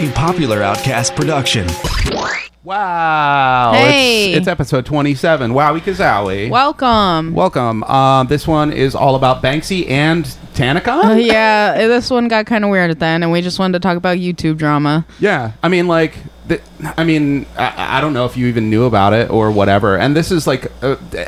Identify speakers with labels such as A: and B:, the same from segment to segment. A: A popular outcast production.
B: Wow.
C: Hey.
B: It's, it's episode 27. Wowie Kazowie.
C: Welcome.
B: Welcome. Um, this one is all about Banksy and Tanaka.
C: Uh, yeah, eh, this one got kind of weird at the end, and we just wanted to talk about YouTube drama.
B: Yeah, I mean, like, the, I mean, I, I don't know if you even knew about it or whatever. And this is like, uh, th-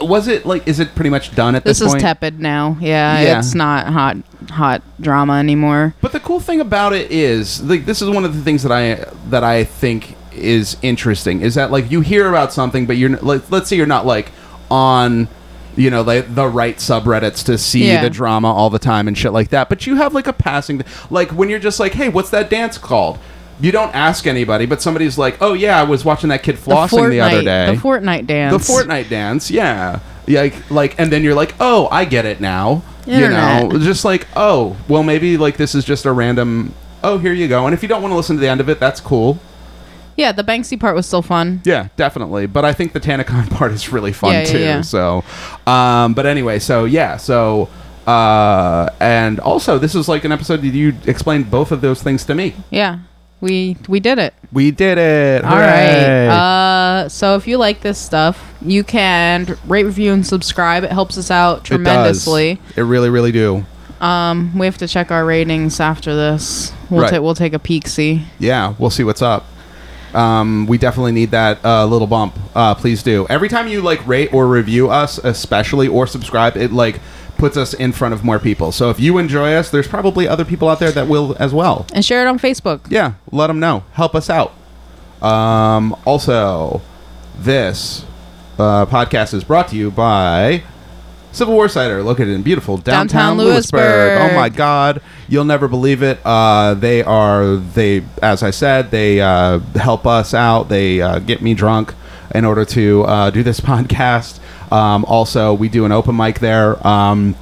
B: was it like, is it pretty much done at this,
C: This is
B: point?
C: tepid now. Yeah,
B: Yeah.
C: it's not hot hot drama anymore.
B: But the cool thing about it is, like, this is one of the things that I that I think is interesting is that like you hear about something, but you're n- like, let's say you're not like on. You know, like the right subreddits to see
C: Yeah.
B: the drama all the time and shit like that. But you have like a passing, like when you're just like, "Hey, what's that dance called?" You don't ask anybody, but somebody's like, "Oh yeah, I was watching that kid flossing the, other day."
C: the Fortnite
B: the
C: dance.
B: Fortnite dance, yeah. Yeah, Like, like, and then you're like, oh, I get it now. You know,
C: Internet.
B: just like, oh, well, maybe like this is just a random. Oh, here you go. And if you don't want to listen to the end of it, that's cool.
C: Yeah, the Banksy part was still fun.
B: Yeah, definitely. But I think the Tanacon part is really fun
C: Yeah, yeah,
B: too.
C: yeah.
B: So, um, but anyway, so yeah, so uh, and also this is like an episode that you explained both of those things to me.
C: Yeah, we we did it.
B: We did it.
C: All right. Uh, so if you like this stuff, you can rate, review, and subscribe. It helps us
B: It
C: out
B: does.
C: tremendously.
B: It really, really do.
C: Um, we have to check our ratings after this. We'll
B: Right.
C: ta- we'll take a peek. See.
B: yeah, we'll see what's up. Um, we definitely need that uh, little bump. Uh, please do. Every time you like rate or review us, especially or subscribe, it like puts us in front of more people. So if you enjoy us, there's probably other people out there that will as well.
C: and share it on Facebook.
B: Yeah, let them know. Help us out. Um, also, this uh, podcast is brought to you by Civil War Cider, located in beautiful downtown,
C: Downtown
B: Lewisburg.
C: Lewisburg.
B: Oh my God, you'll never believe it. Uh, they are they, as I said, they uh, help us out. They uh, get me drunk in order to uh, do this podcast. Um, also, we do an open mic there. Um,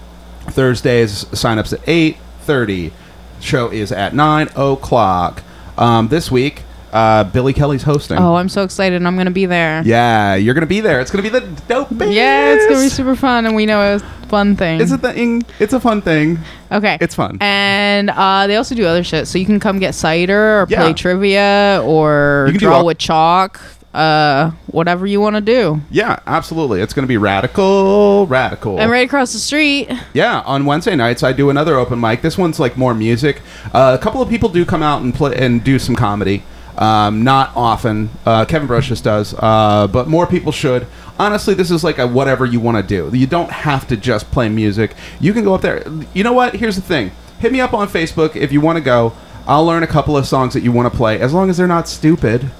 B: Thursdays signups at eight thirty. Show is at nine o'clock. Um, this week, uh, Billy Kelly's hosting.
C: Oh, I'm so excited! I'm gonna be there.
B: Yeah, you're gonna be there. It's gonna be the dopest.
C: Yeah, it's gonna be super fun, and we know it's a fun thing.
B: It's a thing. It's a fun thing.
C: okay,
B: It's fun.
C: And uh, they also do other shit, so you can come get cider or
B: Yeah.
C: play trivia or
B: You can do
C: draw
B: all-
C: with chalk, uh, whatever you want to do.
B: Yeah, absolutely. It's gonna be radical, radical.
C: And right across the street,
B: Yeah, on Wednesday nights I do another open mic. This one's like more music. Uh, a couple of people do come out and play and do some comedy. Um, not often. Uh, Kevin Brocious does, uh, but more people should. Honestly, this is like a whatever you want to do. You don't have to just play music. You can go up there. You know what? Here's the thing. Hit me up on Facebook if you want to go. I'll learn a couple of songs that you want to play, as long as they're not stupid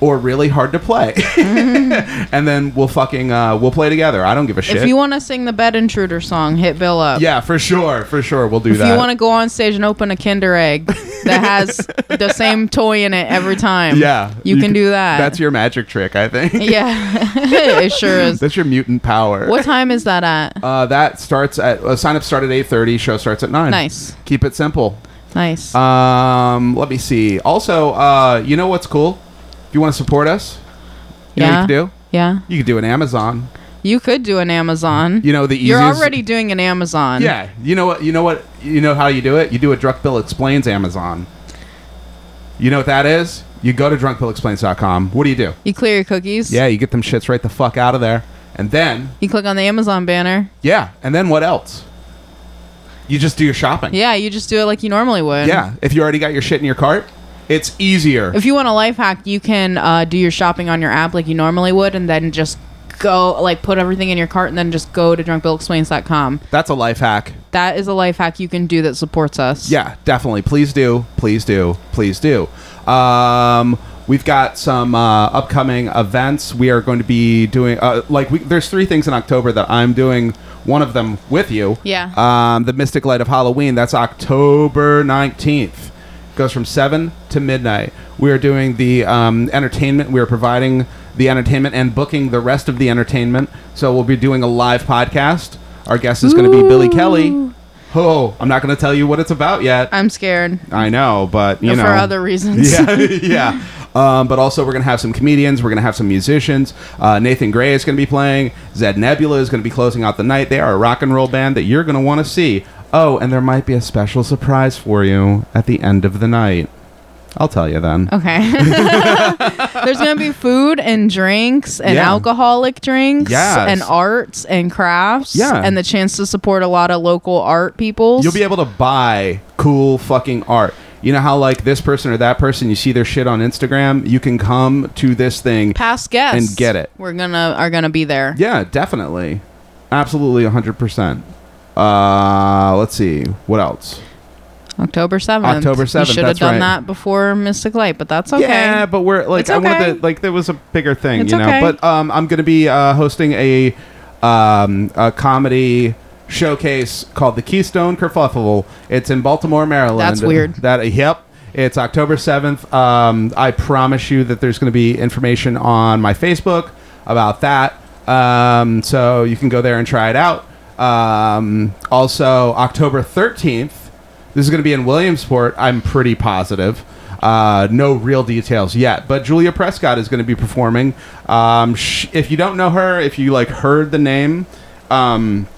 B: or really hard to play. and then we'll fucking uh, we'll play together. I don't give a shit.
C: Mm-hmm. if you want to sing the Bed Intruder song, hit Bill up.
B: Yeah, for sure, for sure, we'll do
C: If
B: that.
C: you want to go on stage and open a Kinder Egg that has the same toy in it every time,
B: yeah,
C: you, can, do that.
B: That's your magic trick, I think.
C: yeah, it sure is.
B: that's your mutant power.
C: What time is that at?
B: Uh, that starts at uh, sign up start at eight thirty. Show starts at nine.
C: Nice.
B: Keep it simple.
C: Nice.
B: Um, let me see. Also, uh, you know what's cool? If you want to support us, you know
C: yeah.
B: what you can do.
C: Yeah.
B: You could do an Amazon.
C: You could do an Amazon.
B: You know the easiest.
C: You're already doing an Amazon.
B: Yeah. You know what? You know what? You know how you do it? You do a Drunk Bill Explains Amazon. You know what that is? You go to drunkbillexplains.com. What do you do?
C: You clear your cookies.
B: Yeah, you get them shits right the fuck out of there. And then,
C: You click on the Amazon banner.
B: yeah, and then what else? You just do your shopping.
C: Yeah, you just do it like you normally would.
B: Yeah, if you already got your shit in your cart, it's easier.
C: If you want a life hack, you can uh, do your shopping on your app like you normally would and then just go, like, put everything in your cart and then just go to drunkbillexplains.com.
B: That's a life hack.
C: That is a life hack you can do that supports us.
B: Yeah, definitely. Please do. Please do. Please do. Um, we've got some uh, upcoming events. We are going to be doing uh, like we, there's three things in October that I'm doing. One of them with you.
C: Yeah.
B: Um, the Mystic Light of Halloween. That's October 19th. Goes from seven to midnight. We are doing the um, entertainment. We are providing the entertainment and booking the rest of the entertainment. So we'll be doing a live podcast. Our guest is going to be Billy Kelly. Oh, I'm not going to tell you what it's about yet.
C: I'm scared
B: I know, but you know,
C: for other reasons.
B: yeah, yeah. Um, but also, we're gonna have some comedians. We're gonna have some musicians. Uh, Nathan Gray is gonna be playing. Zed Nebula is gonna be closing out the night. They are a rock and roll band that you're gonna want to see. "Oh, and there might be a special surprise for you at the end of the night." I'll tell you then.
C: Okay. There's gonna be food and drinks and
B: Yeah.
C: alcoholic drinks
B: Yes.
C: and arts and crafts.
B: Yeah.
C: And the chance to support a lot of local art people.
B: You'll be able to buy cool fucking art. You know how like this person or that person, you see their shit on Instagram. You can come to this thing.
C: past guests
B: and get it.
C: We're gonna are gonna be there.
B: Yeah, definitely, absolutely, hundred percent. Uh, let's see what else.
C: October seventh.
B: October 7th,
C: You should have
B: that's
C: done
B: right.
C: that before Mystic Light, but that's okay.
B: Yeah, but we're like
C: It's
B: I wanted
C: okay.
B: to like there was a bigger thing,
C: It's
B: you know.
C: okay.
B: But um, I'm gonna be uh, hosting a um, a comedy showcase called the Keystone Kerfuffle. It's in Baltimore, Maryland.
C: That's weird.
B: That yep. It's October seventh. Um, I promise you that there's going to be information on my Facebook about that. Um, so you can go there and try it out. Um, also, October thirteenth. This is going to be in Williamsport. I'm pretty positive. Uh, no real details yet, but Julia Prescott is going to be performing. Um, sh- if you don't know her, if you like heard the name, um,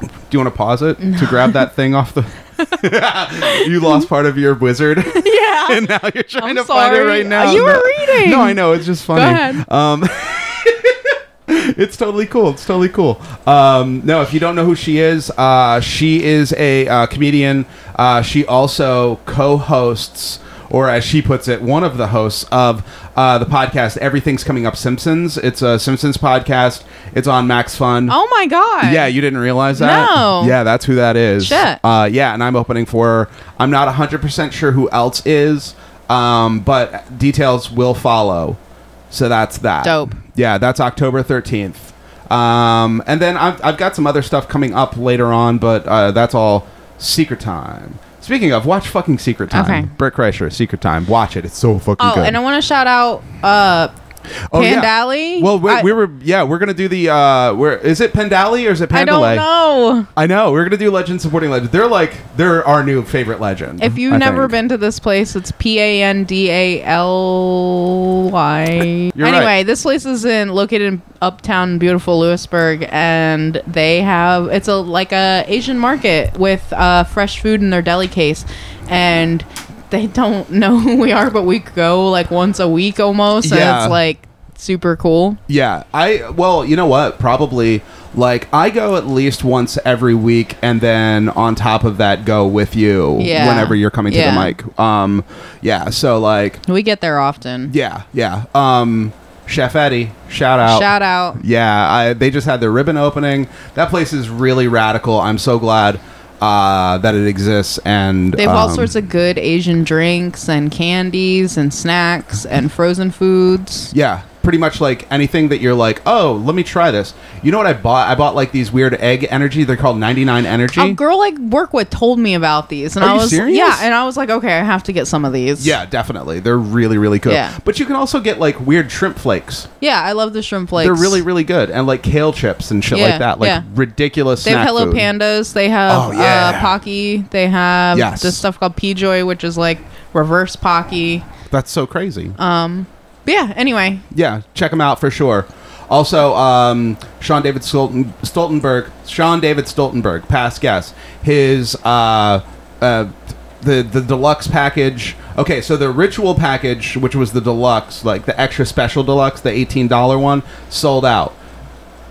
B: do you want to pause it to grab that thing off the? you lost part of your wizard,
C: Yeah.
B: and now you're trying
C: I'm
B: to find it
C: sorry.
B: right now.
C: You were
B: No-
C: reading.
B: No, I know. It's just funny.
C: ahead.
B: Um, it's totally cool. It's totally cool. Um, no, if you don't know who she is, uh, she is a uh, comedian. Uh, she also co-hosts. Or as she puts it, one of the hosts of uh, the podcast "Everything's Coming Up Simpsons." It's a Simpsons podcast. It's on Max Fun.
C: Oh my god.
B: Yeah, you didn't realize that?
C: No.
B: Yeah, that's who that is.
C: Shit.
B: Uh, yeah, and I'm opening for her. I'm not 100% sure who else is, um, but details will follow. So that's that.
C: Dope.
B: Yeah, that's October 13th. Um, and then I've, I've got some other stuff coming up later on, but uh, that's all secret time. Speaking of, watch fucking Secret Time.
C: Okay.
B: Brick Kreischer, Secret Time. Watch it. It's so fucking
C: Oh,
B: good.
C: and I want to shout out uh,
B: Oh, yeah.
C: Pandali.
B: Well, we,
C: I-
B: we were yeah, we're gonna do the uh, where is it Pandali or is it Pandalay?
C: I don't know.
B: I know. We're gonna do legend supporting legend. They're like they're our new favorite legend.
C: If you've
B: I
C: never
B: think.
C: been to this place, it's P A N D A L Y.
B: You're
C: Anyway,
B: right.
C: this place is in located in uptown beautiful Lewisburg, and they have it's a like a Asian market with uh, fresh food in their deli case, and they don't know who we are, but we go like once a week almost, and
B: Yeah.
C: it's like super cool.
B: yeah, I well, you know what? Probably like I go at least once every week, and then on top of that, go with you
C: Yeah.
B: whenever you're coming to the
C: Yeah.
B: mic. Um, yeah. So like,
C: We get there often.
B: yeah, yeah. Um, Chef Eddie, shout out.
C: Shout out.
B: Yeah, I, they just had their ribbon opening. That place is really radical. I'm so glad uh, that it exists. And
C: They have all
B: um,
C: sorts of good Asian drinks and candies and snacks and frozen foods.
B: Yeah, pretty much like anything that you're like, oh, let me try this. You know what I bought? I bought like these weird egg energy. They're called 99 Energy.
C: A girl like work with told me about these, and
B: Are
C: I
B: you
C: was
B: serious?
C: yeah, and I was like, okay, I have to get some of these.
B: yeah, definitely. They're really, really good.
C: Yeah.
B: But you can also get like weird shrimp flakes.
C: yeah, I love the shrimp flakes.
B: They're really, really good. And like kale chips and shit
C: Yeah,
B: like that. Like
C: yeah.
B: ridiculous
C: They have
B: snack
C: Hello
B: food.
C: Pandas. They have
B: Oh, yeah.
C: uh, Pocky. They have
B: Yes.
C: this stuff called P-Joy, which is like reverse Pocky.
B: That's so crazy.
C: But yeah. Anyway,
B: yeah, check them out for sure. Also, um, Sean David Stolten, Stoltenberg, Sean David Stoltenberg, past guest, his uh, uh, the the deluxe package. Okay, so the ritual package, which was the deluxe, like the extra special deluxe, the eighteen dollar one, sold out.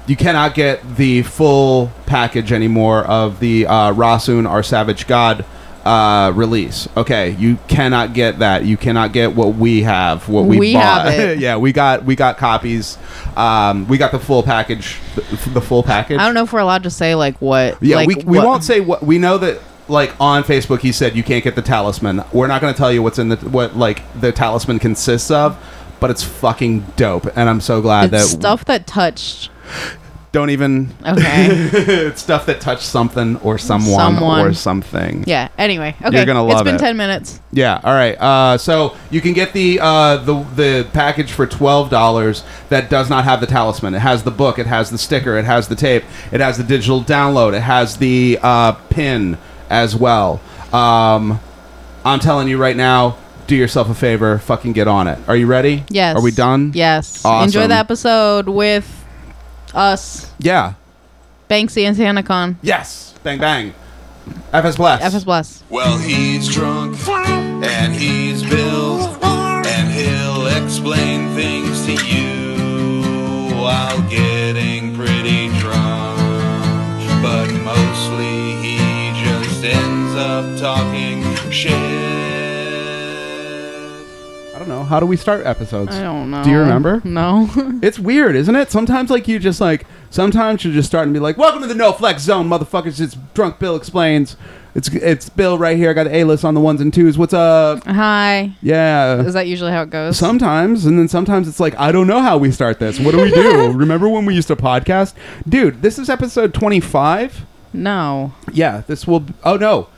B: You cannot get the full package anymore of the uh, Rasun, our Savage God uh, release. Okay, you cannot get that. You cannot get what we have. What we,
C: We have
B: bought.
C: it.
B: yeah, we got we got copies. Um, we got the full package. The, the full package.
C: I don't know if we're allowed to say like what.
B: Yeah,
C: like,
B: we, we
C: what-
B: won't say what we know that. Like on Facebook, he said you can't get the talisman. We're not going to tell you what's in the what like the talisman consists of, but it's fucking dope, and I'm so glad
C: It's
B: that
C: stuff that touched.
B: don't even
C: Okay.
B: it's stuff that touched something or someone,
C: Someone.
B: or something.
C: yeah. Anyway. Okay.
B: You're gonna love
C: it's been
B: it.
C: ten minutes.
B: Yeah, All right. Uh, so you can get the uh, the the package for twelve dollars that does not have the talisman. It has the book. It has the sticker. It has the tape. It has the digital download. It has the uh, pin as well. Um, I'm telling you right now. Do yourself a favor. Fucking get on it. Are you ready?
C: Yes.
B: Are we done?
C: Yes.
B: Awesome.
C: Enjoy the episode with us,
B: Yeah.
C: Banksy and SantaCon.
B: Yes. Bang bang. FS Blast.
C: FS Bless.
D: Well, he's drunk and he's billed and he'll explain things to you while getting pretty drunk. But mostly he just ends up talking shit.
B: I don't know. How do we start episodes?
C: I don't know. Hmm.
B: Do you remember?
C: No.
B: It's weird, isn't it? Sometimes, like, you just like, sometimes you just start and be like, Welcome to the No Flex Zone, motherfuckers. It's Drunk Bill Explains. It's it's Bill right here. I got the A list on the ones and twos. What's up?
C: Hi.
B: Yeah.
C: Is that usually how it goes?
B: Sometimes, and then sometimes it's like, I don't know how we start this. What do we do? Remember when we used to podcast? Dude, this is episode 25.
C: no.
B: Yeah, this will. Oh, no.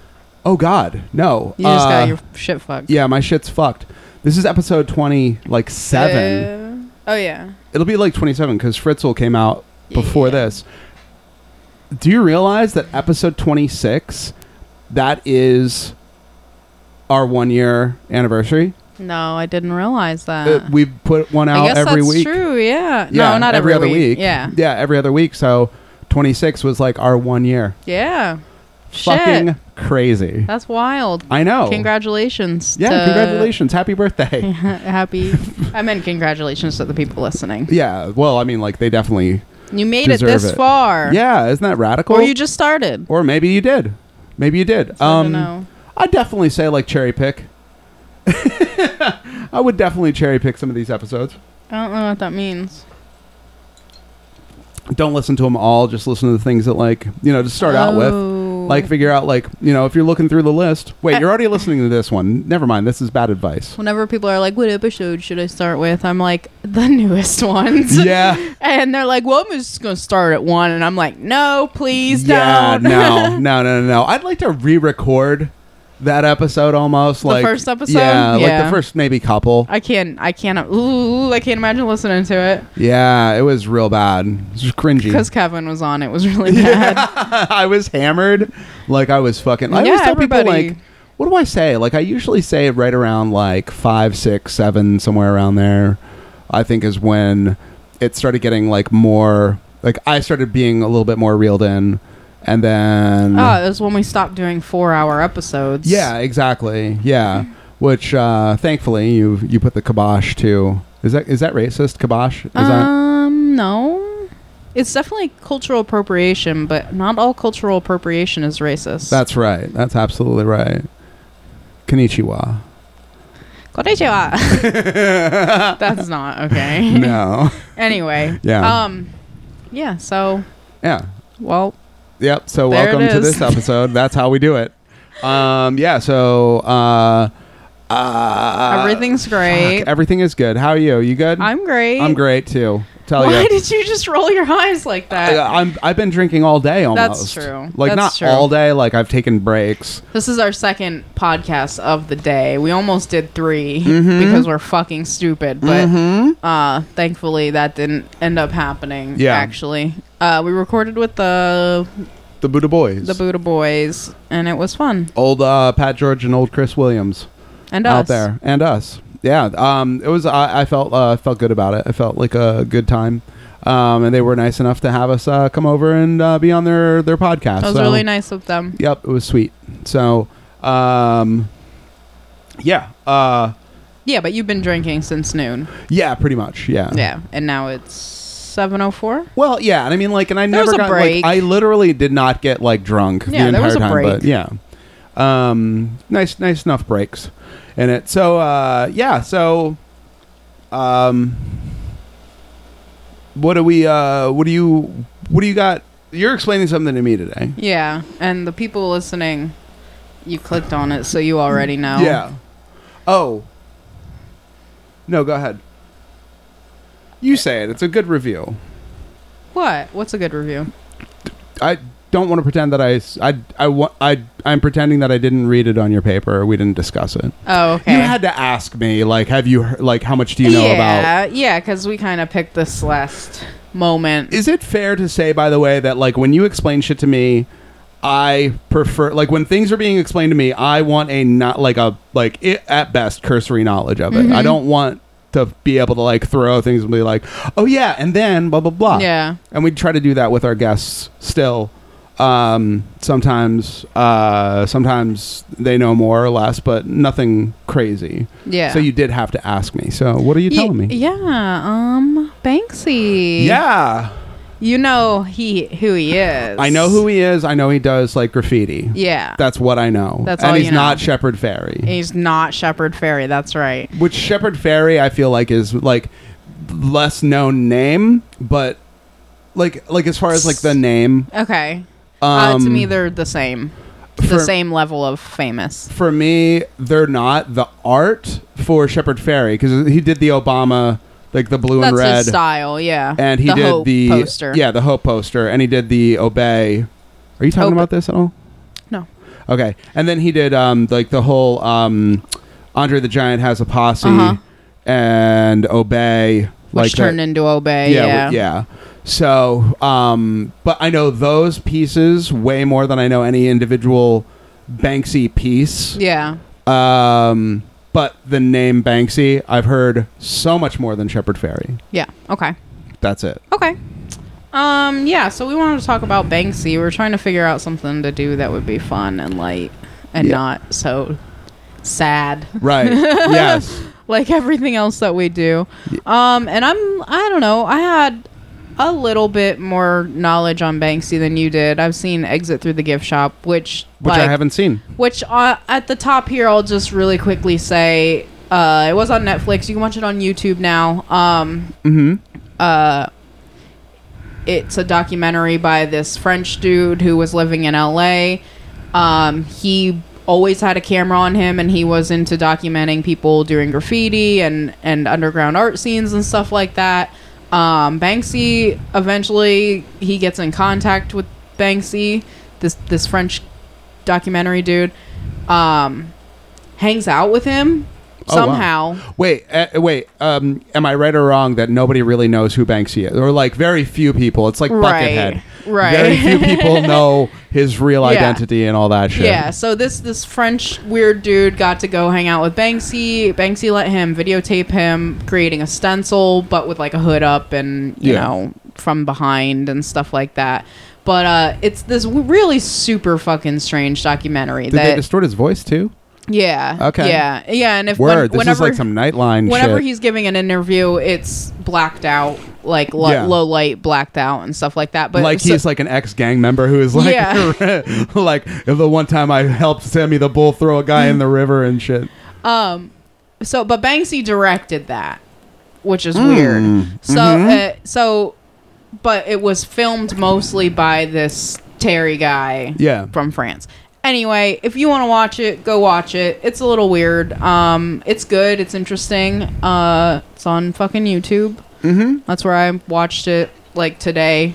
B: Oh, God. No.
C: You just
B: Uh,
C: got your shit fucked.
B: Yeah, my shit's fucked. This is episode 20, like, seven.
C: Uh, oh yeah.
B: It'll be like 27 because Fritzl came out before
C: Yeah.
B: this. Do you realize that episode 26, that is our one year anniversary?
C: No, I didn't realize that.
B: Uh, we put one out
C: Uh-huh. I guess
B: every
C: that's
B: week.
C: true. Yeah.
B: Yeah,
C: No, not every,
B: other
C: week. Yeah.
B: Yeah, every other week. So 26 was like our one year.
C: Yeah. Shit.
B: Fucking crazy.
C: That's wild.
B: I know.
C: Congratulations.
B: Yeah,
C: to-
B: congratulations. Happy birthday.
C: Happy. I meant congratulations to the people listening.
B: yeah, well, I mean, like, they definitely.
C: You made it
B: Deserve
C: this
B: it.
C: far.
B: Yeah, isn't that radical?
C: Or you just started.
B: Or maybe you did. Maybe you did.
C: hard to
B: um,
C: know.
B: I'd definitely say like cherry pick. I would definitely cherry pick some of these episodes.
C: I don't know what that means.
B: Don't listen to them all. Just listen to the things that like you know to start out with.
C: Oh. Eh.
B: Like figure out like you know if you're looking through the list. Wait,
C: I-
B: you're already listening to this one. Never mind. This is bad advice.
C: Whenever people are like, "What episode should I start with?" I'm like, "The newest ones."
B: yeah.
C: And they're like, "Well, I'm just gonna start at one," and I'm like, "No, please
B: Yeah.
C: don't."
B: No. No. No. No. I'd like to re-record that episode almost like
C: first episode?
B: Yeah, Like the
C: Yeah.
B: first maybe couple.
C: I can't. I can't. Ooh, I can't imagine listening to it
B: yeah. It was real bad. It was cringy.
C: because Kevin was on. It was really bad.
B: I was hammered. Like I was fucking. I always
C: Yeah,
B: tell people
C: everybody.
B: like, what do I say? Like I usually say it right around like five, six, seven, somewhere around there. I think is when it started getting like more. Like I started being a little bit more reeled in, and then
C: Oh, it was when we stopped doing four-hour episodes.
B: yeah, exactly, yeah. Which uh, thankfully you you put the kibosh to. Is that is that racist kibosh? Is that
C: Um, no. It's definitely cultural appropriation, but not all cultural appropriation is racist.
B: that's right. That's absolutely right. Konnichiwa.
C: Konnichiwa. That's not okay.
B: No.
C: Anyway.
B: Yeah.
C: Um, yeah, so,
B: yeah.
C: well,
B: Yep. So
C: There
B: welcome
C: it
B: to
C: is.
B: this episode. That's how we do it. Um, yeah. So uh, uh,
C: everything's great.
B: Everything is good. How are you? You good?
C: I'm great.
B: I'm great too. Tell
C: Why
B: you.
C: did you just roll your eyes like that?
B: I, am I've been drinking all day almost.
C: true.
B: Like
C: That's
B: not
C: true.
B: all day. Like I've taken breaks.
C: This is our second podcast of the day. We almost did 3
B: Mm-hmm.
C: because we're fucking stupid, but uh, thankfully that didn't end up happening.
B: Yeah.
C: actually, uh, we recorded with the
B: The Buddha Boys.
C: the Buddha Boys, and it was fun.
B: old uh, Pat George and old Chris Williams
C: And
B: out
C: us.
B: there, and us. Yeah. Um. It was. I, I felt. Uh, felt good about it. I felt like a good time. Um, and they were nice enough to have us uh, come over and uh, be on their their podcast.
C: That was
B: so-
C: really nice of them.
B: Yep, it was sweet. So, um, yeah, uh,
C: Yeah, but you've been drinking since noon.
B: yeah, pretty much, yeah,
C: Yeah, and now it's seven oh four.
B: Well, yeah, and I mean, like, and I
C: There was
B: never
C: a
B: got
C: break.
B: like I literally did not get like drunk the
C: Yeah,
B: entire
C: there was a
B: time,
C: break.
B: but yeah, um, nice, nice enough breaks in it. So, uh, yeah, so, um, what do we? Uh, what do you? What do you got? You're explaining something to me today.
C: Yeah, and the people listening, you clicked on it, so you already know.
B: Yeah. Oh. No, go ahead. You say it. It's a good review.
C: What? What's a good review?
B: I don't want to pretend that I, s- I, I, wa- I, am pretending that I didn't read it on your paper. Or we didn't discuss it.
C: Oh, okay.
B: You had to ask me, like, have you, he- like, how much do you know about?
C: yeah, yeah, because we kind of picked this last moment.
B: Is it fair to say, by the way, that, like, when you explain shit to me, I prefer, like, when things are being explained to me, I want a not, like, a, like, i at best, cursory knowledge of it. I don't want to be able to, like, throw things and be like, oh, yeah, and then blah, blah, blah.
C: yeah,
B: and we try to do that with our guests still Um, sometimes, uh, sometimes they know more or less, but nothing crazy.
C: Yeah.
B: So you did have to ask me. So what are you telling me?
C: Yeah, um, Banksy.
B: Yeah,
C: You know he who he is.
B: I know who he is. I know he does like graffiti.
C: Yeah.
B: That's what I know.
C: That's
B: and
C: all
B: he's
C: you know.
B: not Shepard Ferry.
C: He's not Shepherd Fairy. That's right.
B: which Shepard Ferry I feel like is like less known name, but like like as far as like the name,
C: Okay. uh,
B: um,
C: to me, they're the same.
B: for-
C: the same level of famous.
B: for me they're not the art for Shepard Ferry because he did the Obama like the blue
C: That's
B: and red,
C: his style. Yeah.
B: and he
C: the
B: did
C: Hope
B: the
C: poster.
B: yeah the Hope poster, and he did the Obey. Are you talking
C: Ob-
B: about this at all?
C: No.
B: Okay, and then he did um like the whole um Andre the Giant has a posse
C: Uh-huh.
B: and Obey.
C: Which
B: like that-
C: turned into Obey. Yeah.
B: yeah. w- yeah. So, um, but I know those pieces way more than I know any individual Banksy piece.
C: Yeah.
B: Um, but the name Banksy, I've heard so much more than Shepard Fairey.
C: Yeah. Okay.
B: That's it.
C: Okay. Um, yeah, so we wanted to talk about Banksy. We were trying to figure out something to do that would be fun and light and
B: Yeah.
C: not so sad
B: Right. yes.
C: like everything else that we do. Um, and I'm I don't know, I had a little bit more knowledge on Banksy than you did. I've seen Exit Through the Gift Shop, which
B: Which I
C: like,
B: haven't seen.
C: which uh, at the top here i'll just really quickly say uh, it was on netflix you can watch it on youtube now um, uh, it's a documentary by this french dude who was living in la um, he always had a camera on him and he was into documenting people doing graffiti and, and underground art scenes and stuff like that um, banksy eventually he gets in contact with banksy this this french documentary dude um hangs out with him
B: Oh, wow.
C: somehow
B: Wait, uh, wait. Um, am I right or wrong that nobody really knows who Banksy is, or like very few people? It's like
C: Right,
B: Buckethead.
C: right.
B: Very few people know his real
C: Yeah.
B: identity and all that shit.
C: yeah so this this french weird dude got to go hang out with banksy banksy let him videotape him creating a stencil but with like a hood up and you
B: Yeah.
C: know from behind and stuff like that but uh it's this w- really super fucking strange documentary
B: Did
C: that
B: they distort his voice too?
C: yeah
B: Okay.
C: yeah yeah and if when-
B: Word. this is
C: whenever
B: like some Nightline
C: whenever
B: shit.
C: he's giving an interview it's blacked out like lo-
B: Yeah.
C: low light blacked out and stuff like that but
B: like
C: so-
B: he's like an ex gang member who is like,
C: Yeah.
B: like the one time I helped Sammy the Bull throw a guy in the river and shit.
C: Um, so but Banksy directed that, which
B: Mm.
C: is weird. So
B: Mm-hmm.
C: uh, so, but it was filmed mostly by this Terry guy.
B: Yeah.
C: from France. Anyway, if you want to watch it, go watch it. It's a little weird. Um, it's good. It's interesting. Uh, it's on fucking YouTube. Mm-hmm. That's where I watched it like today,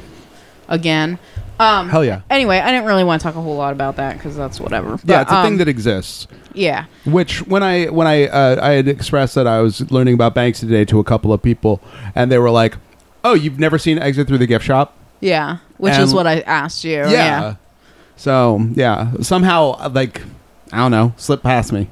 C: again. Um,
B: Hell yeah.
C: Anyway, I didn't really want to talk a whole lot about that because that's whatever.
B: Yeah,
C: But,
B: it's a
C: um,
B: thing that exists.
C: Yeah.
B: Which when I when I uh, I had expressed that I was learning about banks today to a couple of people, and they were like, "Oh, you've never seen Exit Through the Gift Shop?"
C: Yeah, which
B: And-
C: is what I asked you. Yeah.
B: So yeah, somehow like I don't know, slipped past me.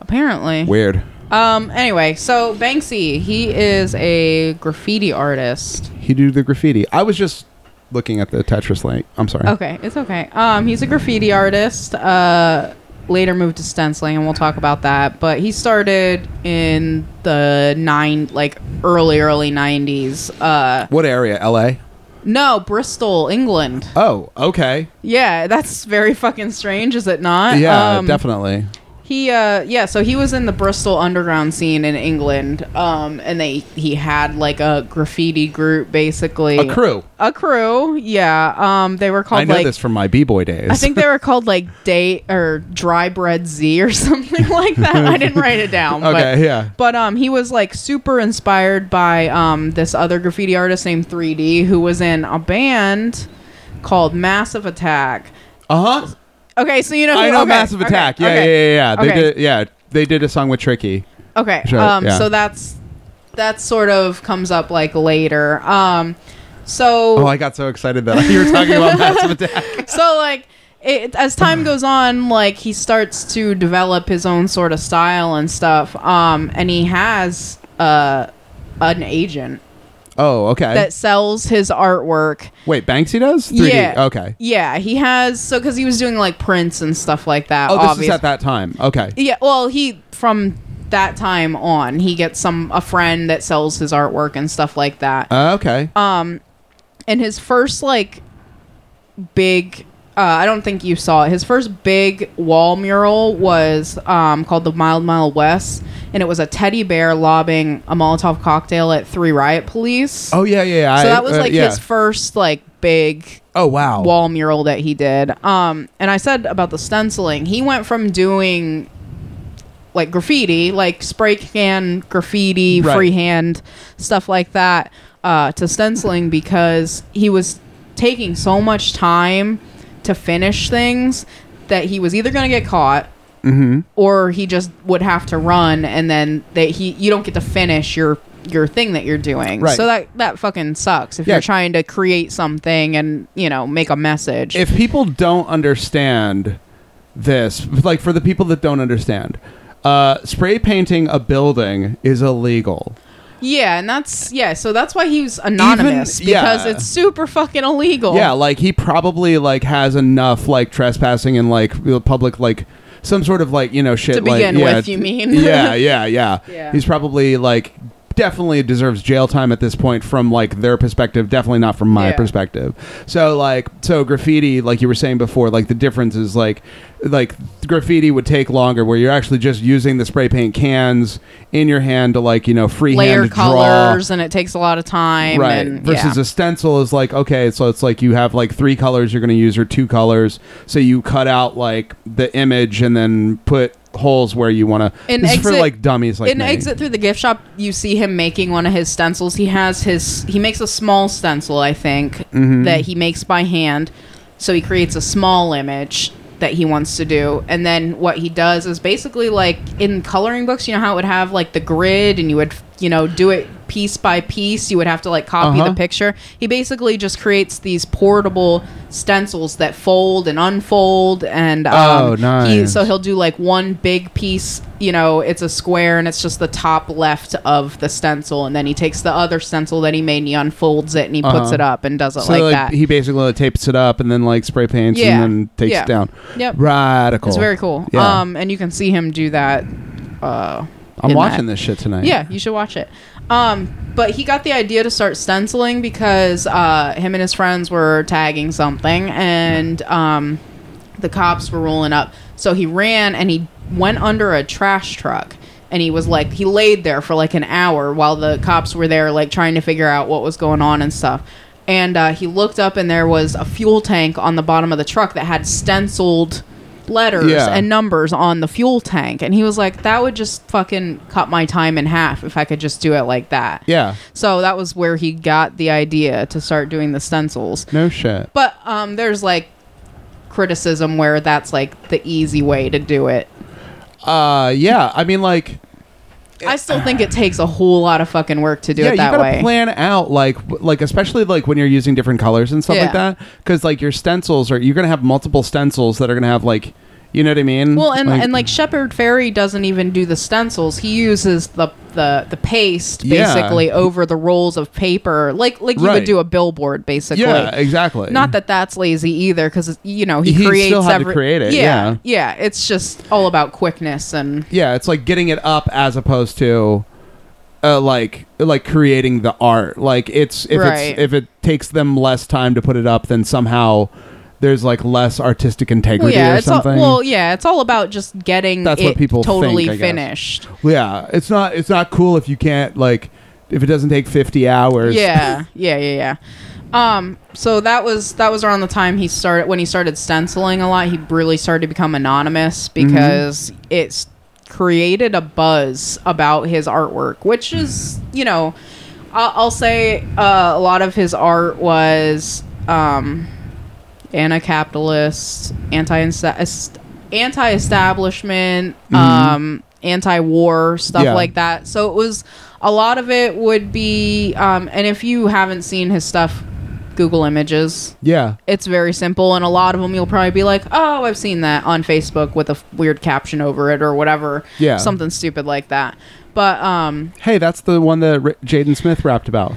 C: Apparently.
B: Weird.
C: Um anyway, so Banksy, he is a graffiti artist.
B: He do the graffiti. I was just looking at the Tetris link. I'm sorry.
C: Okay, it's okay. Um he's a graffiti artist. Uh later moved to stenciling and we'll talk about that, but he started in the 9 like early early 90s. Uh
B: What area? L.A.
C: no, Bristol, England.
B: Oh, okay.
C: Yeah, that's very fucking strange, is it not?
B: Yeah,
C: Um,
B: definitely.
C: He uh yeah, so he was in the Bristol underground scene in England. Um and they he had like a graffiti group basically.
B: A crew.
C: A crew. Yeah. Um they were called
B: I know
C: like
B: this from my b-boy days.
C: I think they were called like Day or Dry Bread Z or something like that. I didn't write it down. but,
B: Okay, yeah.
C: But um he was like super inspired by um this other graffiti artist named 3D who was in a band called Massive Attack.
B: Uh huh.
C: Okay, so you know who,
B: I know
C: okay,
B: Massive
C: okay,
B: Attack. Yeah,
C: okay,
B: yeah, yeah, yeah. They
C: okay.
B: did. Yeah, they did a song with Tricky.
C: Okay.
B: Sure,
C: um,
B: yeah.
C: So that's that sort of comes up like later. Um,
B: Oh,
C: so
B: I got so excited that you were talking about Massive Attack.
C: so like it, as
B: Mm.
C: time goes on, like he starts to develop his own sort of style and stuff. Um, and he has uh, an agent
B: Oh, okay.
C: that sells his artwork.
B: Wait, Banksy does 3D.
C: Yeah.
B: Okay.
C: Yeah, he has so because he was doing like prints and stuff like that.
B: Oh, this
C: obvious-
B: is at that time. Okay.
C: Yeah, well, he from that time on, he gets some a friend that sells his artwork and stuff like that.
B: Uh, okay.
C: Um, and his first like big uh, I don't think you saw it. His first big wall mural was um, called the Mild Mile West, and it was a teddy bear lobbing a Molotov cocktail at three riot police.
B: oh yeah, yeah. yeah. I-
C: so that was
B: uh,
C: like
B: yeah.
C: his first like big
B: Oh wow.
C: wall mural that he did. Um, and I said about the stenciling, he went from doing like graffiti, like spray can graffiti,
B: Right.
C: freehand stuff like that, uh, to stenciling because he was taking so much time to finish things that he was either going to get caught.
B: Mm-hmm.
C: Or he just would have to run, and then that he you don't get to finish your your thing that you're doing.
B: Right.
C: So that that fucking sucks if
B: Yeah.
C: you're trying to create something and you know make a message.
B: if people don't understand this, like for the people that don't understand, uh, spray painting a building is illegal.
C: yeah, and that's yeah. So that's why he was anonymous
B: yeah.
C: because it's super fucking illegal.
B: Yeah, like he probably like has enough like trespassing and like real public like some sort of like you know shit
C: To
B: like-
C: begin
B: yeah,
C: with, you mean?
B: yeah, yeah, yeah,
C: Yeah.
B: He's probably like definitely deserves jail time at this point from like their perspective definitely not from my
C: Yeah.
B: perspective so like so graffiti like you were saying before like the difference is like like graffiti would take longer where you're actually just using the spray paint cans in your hand to like you know freehand
C: layer
B: draw
C: colors and it takes a lot of time.
B: right
C: And,
B: versus
C: yeah.
B: a stencil is like okay so it's like you have like three colors you're going to use or two colors so you cut out like the image and then put holes where you want to
C: In
B: this is for
C: Exit-
B: like dummies like
C: in
B: me.
C: exit through the gift shop you see him making one of his stencils he has his he makes a small stencil i think
B: Mm-hmm.
C: that he makes by hand so he creates a small image that he wants to do and then what he does is basically like in coloring books you know how it would have like the grid and you would you know do it piece by piece you would have to like copy
B: Uh-huh.
C: the picture he basically just creates these portable stencils that fold and unfold and um,
B: Oh,
C: he,
B: nice.
C: so he'll do like one big piece you know it's a square and it's just the top left of the stencil and then he takes the other stencil that he made and he unfolds it and he puts
B: Uh-huh.
C: it up and does it
B: so
C: like,
B: like,
C: that
B: he basically like, tapes it up and then like spray paints and
C: Yeah,
B: then takes
C: yeah.
B: it down
C: Yep.
B: radical
C: it's very cool
B: yeah.
C: um and you can see him do that uh
B: i'm
C: in
B: watching
C: that.
B: this shit tonight
C: yeah you should watch it um but he got the idea to start stenciling because uh him and his friends were tagging something and um the cops were rolling up. So he ran and he went under a trash truck and he was like he laid there for like an hour while the cops were there like trying to figure out what was going on and stuff. And uh, he looked up and there was a fuel tank on the bottom of the truck that had stenciled letters
B: Yeah.
C: and numbers on the fuel tank and he was like that would just fucking cut my time in half if I could just do it like that.
B: yeah
C: So that was where he got the idea to start doing the stencils.
B: no shit
C: But um, there's like criticism where that's like the easy way to do it.
B: uh yeah i mean like
C: I still think it takes a whole lot of fucking work to do it
B: you
C: that
B: gotta
C: way.
B: plan out like w- like especially like when you're using different colors and stuff like
C: Yeah.
B: that because like your stencils are you're gonna have multiple stencils that are gonna have like you know what I mean?
C: well, and like, and like Shepherd Fairy doesn't even do the stencils. He uses the the, the paste
B: Yeah.
C: basically over the rolls of paper, like like you
B: Right.
C: would do a billboard basically.
B: yeah, exactly.
C: Not that that's lazy either, because you know he,
B: He still
C: creates
B: had to
C: every-
B: create it, yeah.
C: yeah, It's just all about quickness and
B: yeah, it's like getting it up as opposed to uh, like like creating the art. Like it's if
C: Right.
B: it's if it takes them less time to put it up, then somehow there's like less artistic integrity or
C: it's
B: something.
C: All, well, yeah, it's all about just getting
B: That's what
C: it
B: people
C: totally
B: think, I guess.
C: finished.
B: yeah, it's not it's not cool if you can't like if it doesn't take 50 hours.
C: Yeah, yeah, yeah, yeah. Um, so that was that was around the time he started when he started stenciling a lot. He really started to become anonymous because it's created a buzz about his artwork, which is you know, I- I'll say uh, a lot of his art was um, anti-capitalist, anti anti-establishment, um, anti-war stuff
B: Yeah.
C: like that. So it was a lot of it would be, um, and if you haven't seen his stuff, Google Images.
B: Yeah.
C: It's very simple, and a lot of them you'll probably be like, "Oh, I've seen that on Facebook with a f- weird caption over it or whatever,
B: Yeah.
C: something stupid like that." But um,
B: Hey, that's the one that R- Jaden Smith rapped about.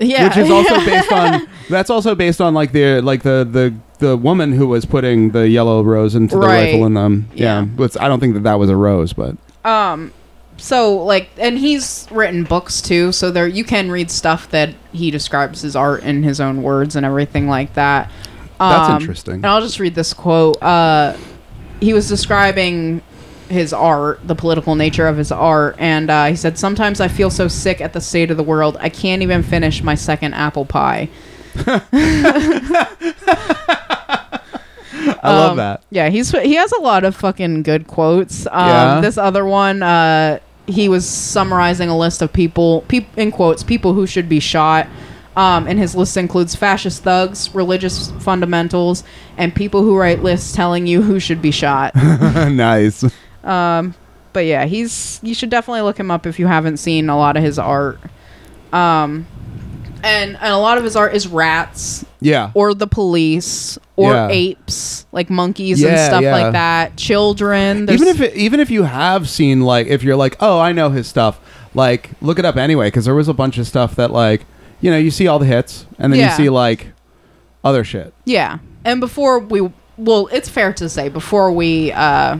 C: Yeah.
B: which is also based on that's also based on like the like the the the woman who was putting the yellow rose into the
C: Right.
B: rifle in them. Yeah,
C: Yeah.
B: But I don't think that that was a rose, but
C: so like and he's written books too so there you can read stuff that he describes his art in his own words and everything like that Um,
B: That's interesting.
C: and i'll just read this quote uh, he was describing his art the political nature of his art and uh, he said sometimes i feel so sick at the state of the world i can't even finish my second apple pie
B: I love
C: Um,
B: that.
C: Yeah, he's he has a lot of fucking good quotes. Um,
B: Yeah.
C: This other one, uh, he was summarizing a list of people, peop in quotes, people who should be shot. Um, and his list includes fascist thugs, religious fundamentals, and people who write lists telling you who should be shot.
B: nice.
C: but yeah, he's you should definitely look him up if you haven't seen a lot of his art. Um, and and a lot of his art is rats
B: Yeah.
C: or the police or
B: Yeah.
C: apes like monkeys and
B: Yeah,
C: stuff
B: yeah.
C: like that children there's-
B: even if it, even if you have seen like if you're like oh I know his stuff like look it up anyway because there was a bunch of stuff that like you know you see all the hits and then you
C: Yeah.
B: see like other shit.
C: yeah and before we well it's fair to say before we uh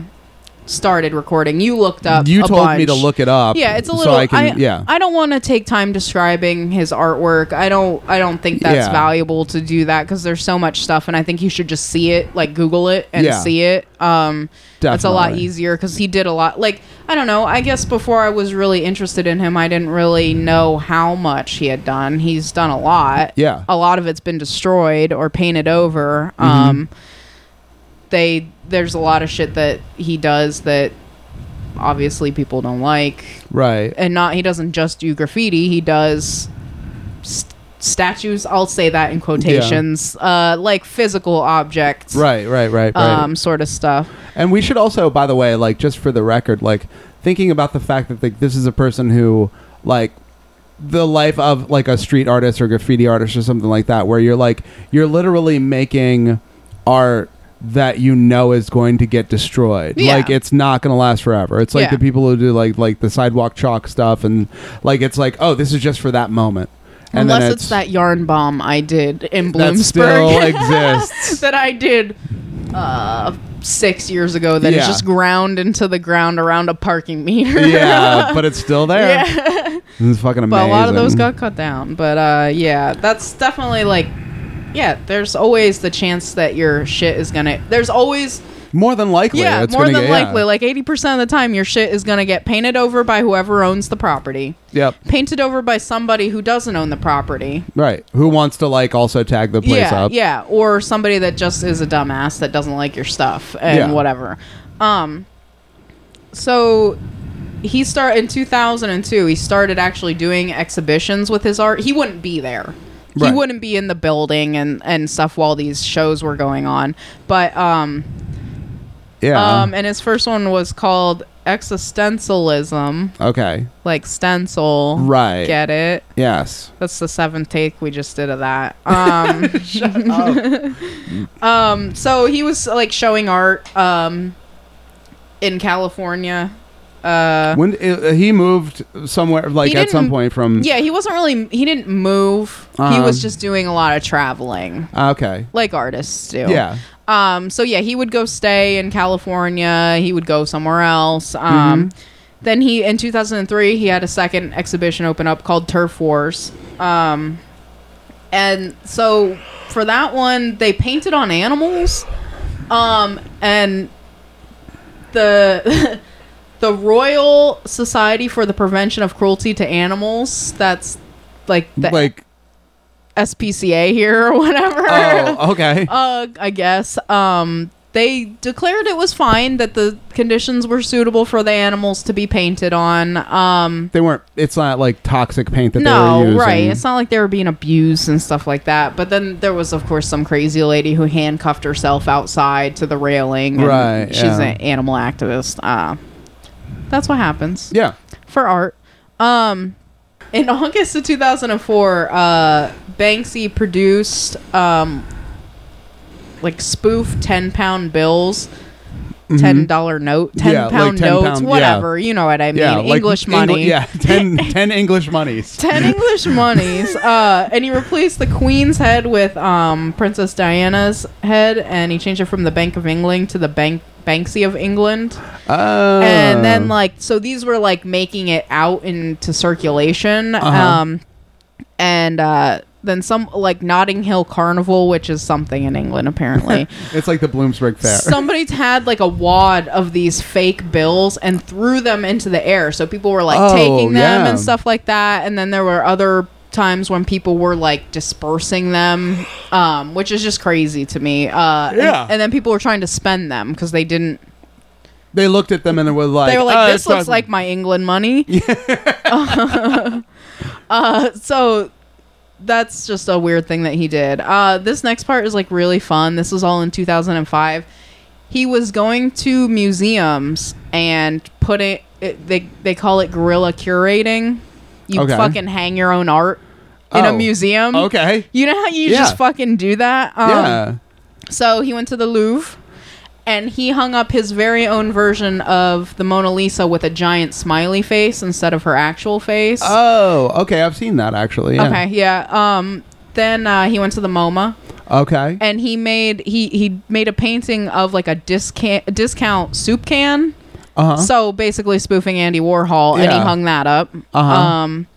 C: started recording you looked up
B: You
C: a
B: told me
C: bunch.
B: to look it up.
C: yeah it's a
B: so
C: little
B: I can,
C: I,
B: yeah.
C: I don't want to take time describing his artwork i don't i don't think that's
B: Yeah.
C: valuable to do that because there's so much stuff and i think you should just see it like google it and
B: Yeah.
C: see it um that's a lot
B: Definitely.
C: easier because he did a lot like i don't know i guess before i was really interested in him i didn't really know how much he had done he's done a lot
B: Yeah. Mm-hmm.
C: a lot of it's been destroyed or painted over um they there's a lot of shit that he does that obviously people don't like
B: right.
C: and not he doesn't just do graffiti he does st- statues i'll say that in quotations uh like physical objects
B: Right, right, right, right.
C: um sort of stuff
B: And we should also, by the way, like just for the record, like thinking about the fact that like this is a person who, like, the life of like a street artist or graffiti artist or something like that, where you're like you're literally making art that you know is going to get destroyed.
C: Yeah.
B: Like it's not going to last forever. It's like
C: Yeah.
B: the people who do like like the sidewalk chalk stuff and like it's like oh this is just for that moment. And then
C: unless it's, that yarn bomb i did in
B: that
C: bloomsburg
B: still exists.
C: that i did uh six years ago that is
B: Yeah.
C: just ground into the ground around a parking meter
B: yeah, but it's still there. This is fucking amazing.
C: but a lot of those got cut down but uh yeah that's definitely like yeah there's always the chance that your shit is gonna there's always
B: More than likely.
C: yeah
B: it's
C: more
B: gonna
C: than
B: get- yeah.
C: likely like 80% of the time your shit is gonna get painted over by whoever owns the property
B: Yep.
C: painted over by somebody who doesn't own the property
B: Right. Who wants to like also tag the place
C: yeah,
B: up?
C: Yeah, or somebody that just is a dumbass that doesn't like your stuff and
B: Yeah.
C: whatever. Um, so he started in 2002. He started actually doing exhibitions with his art. He wouldn't be there.
B: Right.
C: He wouldn't be in the building and and stuff while these shows were going on. But um,
B: Yeah.
C: um, and his first one was called Existentialism,
B: okay.
C: like stencil.
B: Right.
C: Get it?
B: Yes.
C: That's the seventh take we just did of that. Um, um, so he was like showing art um, in California. Uh,
B: When uh, he moved somewhere, like
C: He
B: at some
C: didn't-
B: point from.
C: yeah, he wasn't really. He didn't move. he
B: Um,
C: was just doing a lot of traveling,
B: Ah, Okay.
C: like artists do.
B: Yeah.
C: Um, so yeah, he would go stay in California. He would go somewhere else. Um,
B: Mm-hmm.
C: Then he, in 2003, he had a second exhibition open up called Turf Wars. Um, and so for that one, they painted on animals. Um, and the the Royal Society for the Prevention of Cruelty to Animals. That's like the
B: like.
C: SPCA here or whatever
B: Oh, okay.
C: uh i guess um they declared it was fine that the conditions were suitable for the animals to be painted on um
B: they weren't. It's not like toxic paint that they were
C: no
B: using.
C: right it's not like they were being abused and stuff like that but then there was of course some crazy lady who handcuffed herself outside to the railing and
B: Right,
C: she's
B: yeah.
C: an animal activist uh that's what happens
B: Yeah.
C: for art. Um, in August of 2004, uh, Banksy produced um, like spoof 10 pound bills ten dollar note,
B: Mm-hmm.
C: ten
B: Yeah, like
C: pound
B: 10
C: notes,
B: pound- yeah.
C: whatever. You know what I mean?
B: yeah, like
C: English
B: Engli-
C: money.
B: yeah, 10, 10 English monies.
C: 10 English monies. Uh, and he replaced the Queen's head with um, Princess Diana's head, and he changed it from the Bank of England to the Bank Banksy of England.
B: Oh.
C: And then, like, so these were like making it out into circulation.
B: Uh-huh.
C: Um, and uh, then some, like, Notting Hill Carnival, which is something in England, apparently.
B: it's like the Bloomsburg Fair.
C: Somebody's had like a wad of these fake bills and threw them into the air. So people were like
B: Oh,
C: taking them
B: yeah.
C: and stuff like that. And then there were other times when people were like dispersing them, um, which is just crazy to me. Uh, and-
B: Yeah.
C: And, then people were trying to spend them because they didn't.
B: they looked at them and they were like,
C: They were like,
B: "Oh,
C: "This
B: it's
C: looks
B: not-
C: like my England money." uh, so that's just a weird thing that he did. Uh, this next part is like really fun. This was all in 2005. He was going to museums and putting it, they they call it guerrilla curating. You
B: Okay.
C: fucking hang your own art in a
B: Oh,
C: museum.
B: Okay.
C: You know how you
B: Yeah.
C: just fucking do that? Um,
B: yeah.
C: so he went to the Louvre and he hung up his very own version of the Mona Lisa with a giant smiley face instead of her actual face.
B: Oh, okay. I've seen that actually. Yeah.
C: Okay, yeah. Um, then uh, he went to the MoMA
B: Okay.
C: and he made he he made a painting of like a discount discount soup can.
B: Uh huh.
C: So basically spoofing Andy Warhol, and he
B: Yeah.
C: hung that up.
B: Uh-huh.
C: Um,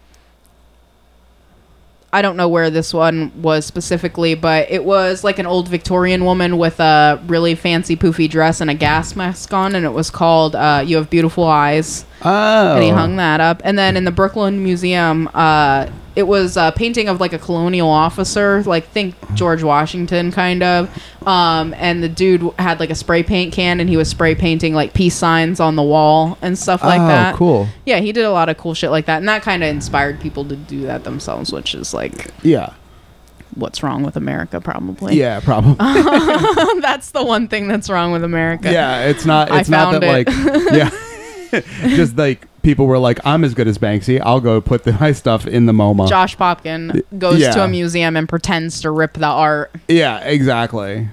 C: I don't know where this one was specifically, but it was like an old Victorian woman with a really fancy poofy dress and a gas mask on, and it was called uh, "You Have Beautiful Eyes."
B: oh.
C: and he hung that up. And then in the Brooklyn Museum, uh, it was a painting of like a colonial officer, like think George Washington kind of. Um, and the dude w- had like a spray paint can, and he was spray painting like peace signs on the wall and stuff like
B: oh,
C: that.
B: cool.
C: Yeah, he did a lot of cool shit like that, and that kind of inspired people to do that themselves, which is like
B: Yeah.
C: what's wrong with America, probably.
B: Yeah, probably.
C: that's the one thing that's wrong with America.
B: yeah, it's not.
C: I
B: It's not
C: found
B: that
C: it.
B: like. Yeah. Just like people were like, I'm as good as Banksy. I'll go put the, my stuff in the MoMA.
C: Josh Popkin goes
B: Yeah.
C: to a museum and pretends to rip the art.
B: yeah, exactly.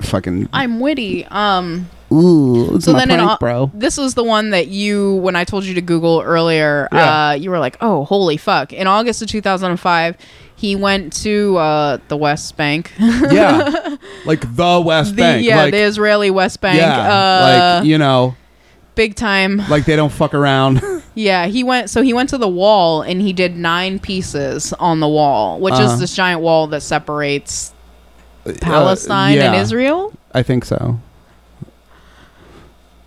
B: Fucking
C: I'm witty. Um,
B: ooh. It's
C: So then, in all, this was the one that you, when I told you to Google earlier,
B: Yeah.
C: uh, you were like, "Oh, holy fuck!" In August of 2005, he went to uh, the West Bank,
B: yeah, like the West
C: the
B: Bank.
C: yeah,
B: like,
C: the Israeli West Bank,
B: yeah,
C: uh,
B: like you know,
C: big time.
B: like they don't fuck around.
C: Yeah, he went. So he went to the wall and he did nine pieces on the wall, which
B: Uh-huh.
C: is this giant wall that separates Palestine and
B: Uh, yeah.
C: Israel.
B: I think so.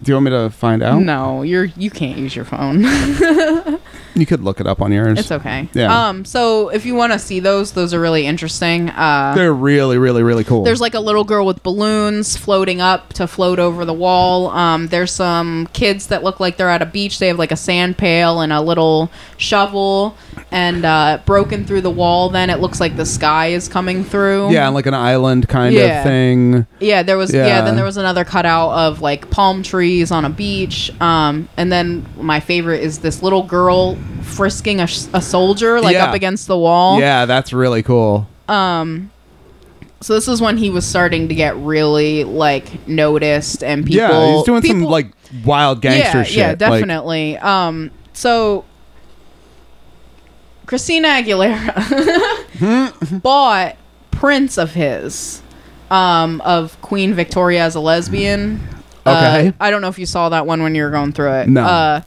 B: Do you want me to find out?
C: No, you're you can't use your phone.
B: You could look it up on yours.
C: it's okay.
B: Yeah.
C: Um. So if you want to see those, those are really interesting. Uh,
B: They're really, really, really cool.
C: There's like a little girl with balloons floating up to float over the wall. Um, there's some kids that look like they're at a beach. They have like a sand pail and a little shovel. And uh, broken through the wall, then it looks like the sky is coming through.
B: yeah, like an island kind
C: Yeah.
B: of thing.
C: Yeah, there was yeah.
B: Yeah.
C: Then there was another cutout of like palm trees on a beach. Um, and then my favorite is this little girl frisking a, s- a soldier like
B: Yeah.
C: up against the wall.
B: Yeah, that's really cool.
C: So this is when he was starting to get really like noticed and people.
B: yeah, he's doing some
C: people-
B: like wild gangster
C: yeah,
B: shit.
C: Yeah,
B: like-
C: definitely. um, so Christina Aguilera
B: Hmm?
C: bought prints of his um, of Queen Victoria as a lesbian. Uh,
B: Okay.
C: I don't know if you saw that one when you were going through it.
B: No.
C: Uh,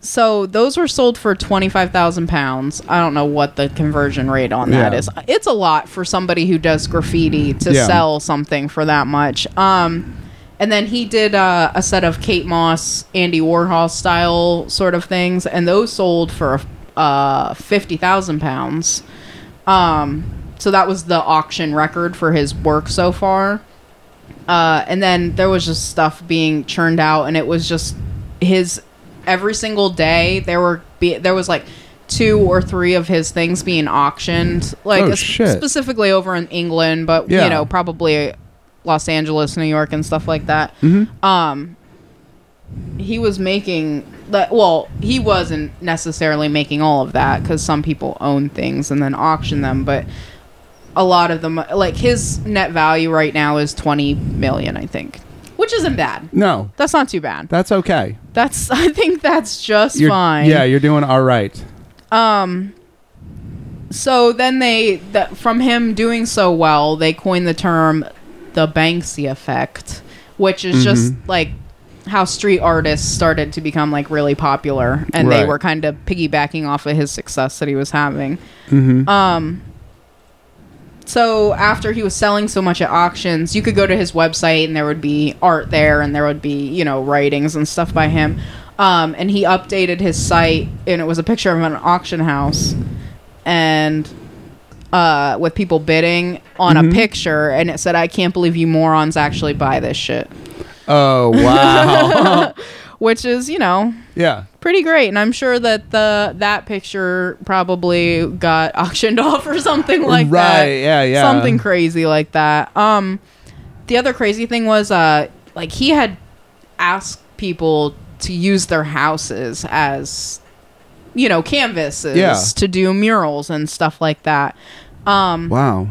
C: so those were sold for twenty five thousand pounds. I don't know what the conversion rate on that
B: Yeah.
C: is. It's a lot for somebody who does graffiti to
B: Yeah.
C: sell something for that much. Um, and then he did uh, a set of Kate Moss, Andy Warhol style sort of things, and those sold for uh, fifty thousand pounds. Um, so that was the auction record for his work so far. Uh, and then there was just stuff being churned out, and it was just his every single day. There were be, there was like two or three of his things being auctioned, like
B: Oh,
C: it's
B: shit.
C: specifically over in England, but
B: Yeah.
C: you know probably Los Angeles, New York, and stuff like that.
B: Mm-hmm.
C: Um, he was making that. Well, he wasn't necessarily making all of that because some people own things and then auction them, but a lot of them like his net value right now is 20 million i think which isn't bad.
B: No,
C: That's not too bad.
B: that's okay.
C: That's I think that's just
B: You're-
C: fine.
B: Yeah, you're doing all right.
C: So then they that from him doing so well, they coined the term the Banksy effect, which is just like how street artists started to become like really popular and they
B: Right.
C: were kind of piggybacking off of his success that he was having. Um, So after he was selling so much at auctions, you could go to his website and there would be art there and there would be, you know, writings and stuff by him. Um, and he updated his site and it was a picture of an auction house and uh, with people bidding on
B: Mm-hmm.
C: a picture and it said, I can't believe you morons actually buy this shit.
B: Oh wow.
C: Which is, you know,
B: yeah.
C: pretty great. And I'm sure that the that picture probably got auctioned off or something like that.
B: Right, yeah, yeah.
C: Something crazy like that. Um the other crazy thing was uh like he had asked people to use their houses as you know, canvases
B: Yeah.
C: to do murals and stuff like that. Mm.
B: Wow.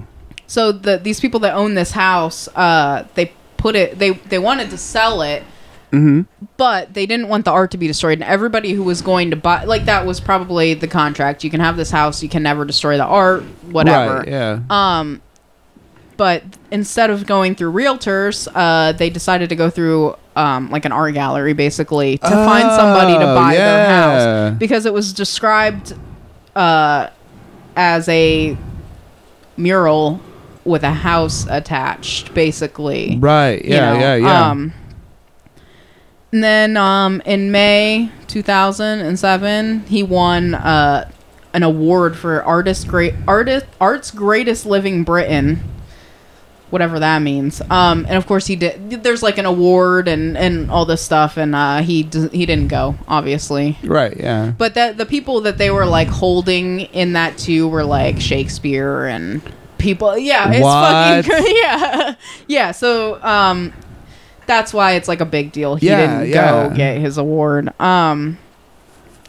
C: So the these people that own this house, uh, they put it. They they wanted to sell it,
B: Mm-hmm.
C: but they didn't want the art to be destroyed. And everybody who was going to buy, like that, was probably the contract. You can have this house, you can never destroy the art, whatever. Um,
B: Right. Yeah.
C: But instead of going through realtors, uh, they decided to go through um, like an art gallery, basically, to find somebody to
B: Oh,
C: buy
B: yeah.
C: their house because it was described uh, as a mural with a house attached, basically.
B: right.
C: You
B: Yeah.
C: know,
B: yeah. Yeah.
C: Um, and then um, in May 2007, he won uh, an award for artist great artist art's greatest living Britain, whatever that means. Um, and of course he did. There's like an award and and all this stuff, and uh, he d- he didn't go obviously.
B: right. Yeah.
C: But that the people that they were like holding in that too were like Shakespeare and people. Yeah, it's
B: What?
C: fucking cra- yeah, yeah. So um, that's why it's like a big deal. He
B: Yeah,
C: didn't
B: yeah.
C: go get his award. Um,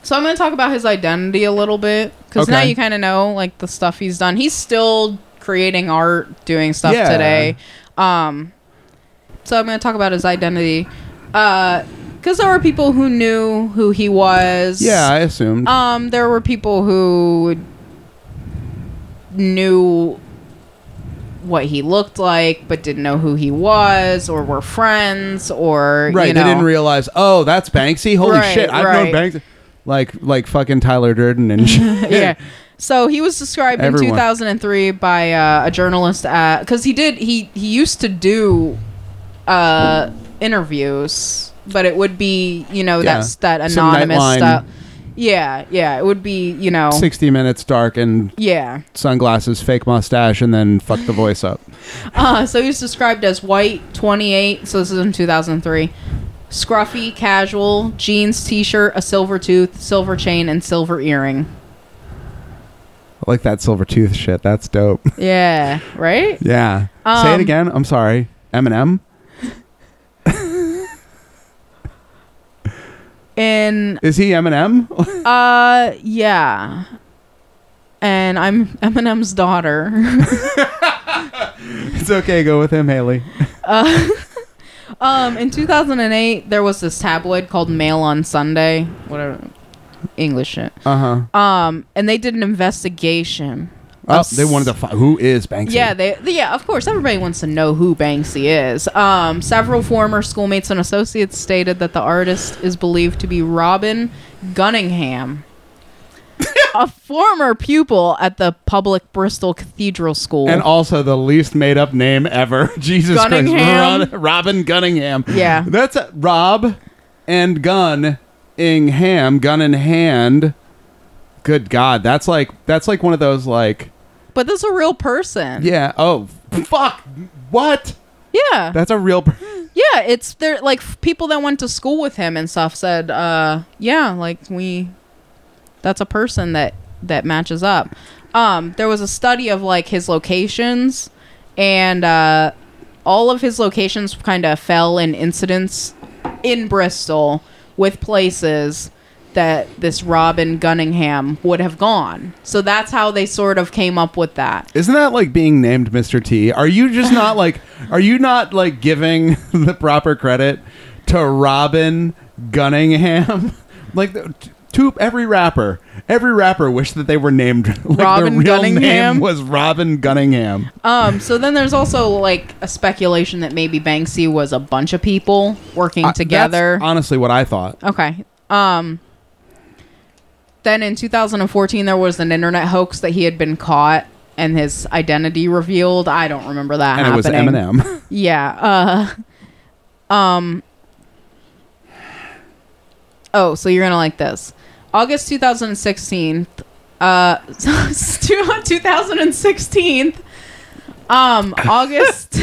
C: so I'm gonna talk about his identity a little bit because now
B: Okay.
C: you kind of know like the stuff he's done. He's still creating art, doing stuff
B: Yeah.
C: today. Um, so I'm going to talk about his identity. Because there were people who knew who he was.
B: Yeah. I assumed.
C: Um, there were people who knew what he looked like, but didn't know who he was, or were friends, or
B: right.
C: You know,
B: They didn't realize. Oh, that's Banksy. Holy
C: Right,
B: shit! I've known
C: right.
B: Banksy. Like like fucking Tyler Durden and shit.
C: yeah. So he was described in
B: Everyone.
C: 2003 by uh, a journalist because he did he he used to do uh, interviews, but it would be you know
B: Yeah.
C: that's that
B: Some
C: anonymous
B: Nightline.
C: stuff. Yeah, yeah, it would be you know
B: Sixty minutes dark and
C: yeah.
B: sunglasses, fake mustache, and then fuck the voice up.
C: Uh, so he's described as white, 28. So this is in 2003. Scruffy, casual, jeans, t-shirt, a silver tooth, silver chain, and silver earring.
B: I like that silver tooth shit. That's dope.
C: Yeah, right.
B: Yeah. Say
C: Um,
B: it again. I'm sorry. Eminem.
C: In
B: Is he Eminem?
C: Uh, yeah. And I'm Eminem's daughter.
B: it's okay. Go with him, Haley.
C: um, in 2008, there was this tabloid called Mail on Sunday, whatever, English shit.
B: Uh huh.
C: Um, and they did an investigation.
B: Oh,
C: of
B: they wanted to. Fi- who is Banksy?
C: Yeah, they yeah, of course everybody wants to know who Banksy is. Um, several former schoolmates and associates stated that the artist is believed to be Robin Gunningham, a former pupil at the public Bristol Cathedral School.
B: and also the least made up name ever. Jesus
C: Gunningham.
B: Christ, Rod- Robin Gunningham.
C: Yeah.
B: that's a, Rob and Gun in ham, gun in hand. Good God, that's like that's like one of those like
C: but this is a real person.
B: yeah. Oh fuck, what?
C: Yeah.
B: That's a real. Per-
C: yeah, it's there like f- people that went to school with him and stuff said uh yeah, like we that's a person that that matches up. Um there was a study of like his locations and uh all of his locations kind of fell in incidents in Bristol with places that this Robin Gunningham would have gone. So that's how they sort of came up with that.
B: Isn't that like being named Mr. T? Are you just not like are you not like giving the proper credit to Robin Gunningham? Like the, to every rapper, every rapper wished that they were named like
C: Robin
B: their real
C: Gunningham?
B: name was Robin Gunningham.
C: Um, so then there's also like a speculation that maybe Banksy was a bunch of people working
B: I-
C: together.
B: Uh, that's honestly what I thought.
C: Okay. Um then in 2014 there was an internet hoax that he had been caught and his identity revealed. I don't remember that
B: And it was
C: happening.
B: Eminem.
C: Yeah. Uh um Oh, so you're going to like this. August 2016 uh 2016 um August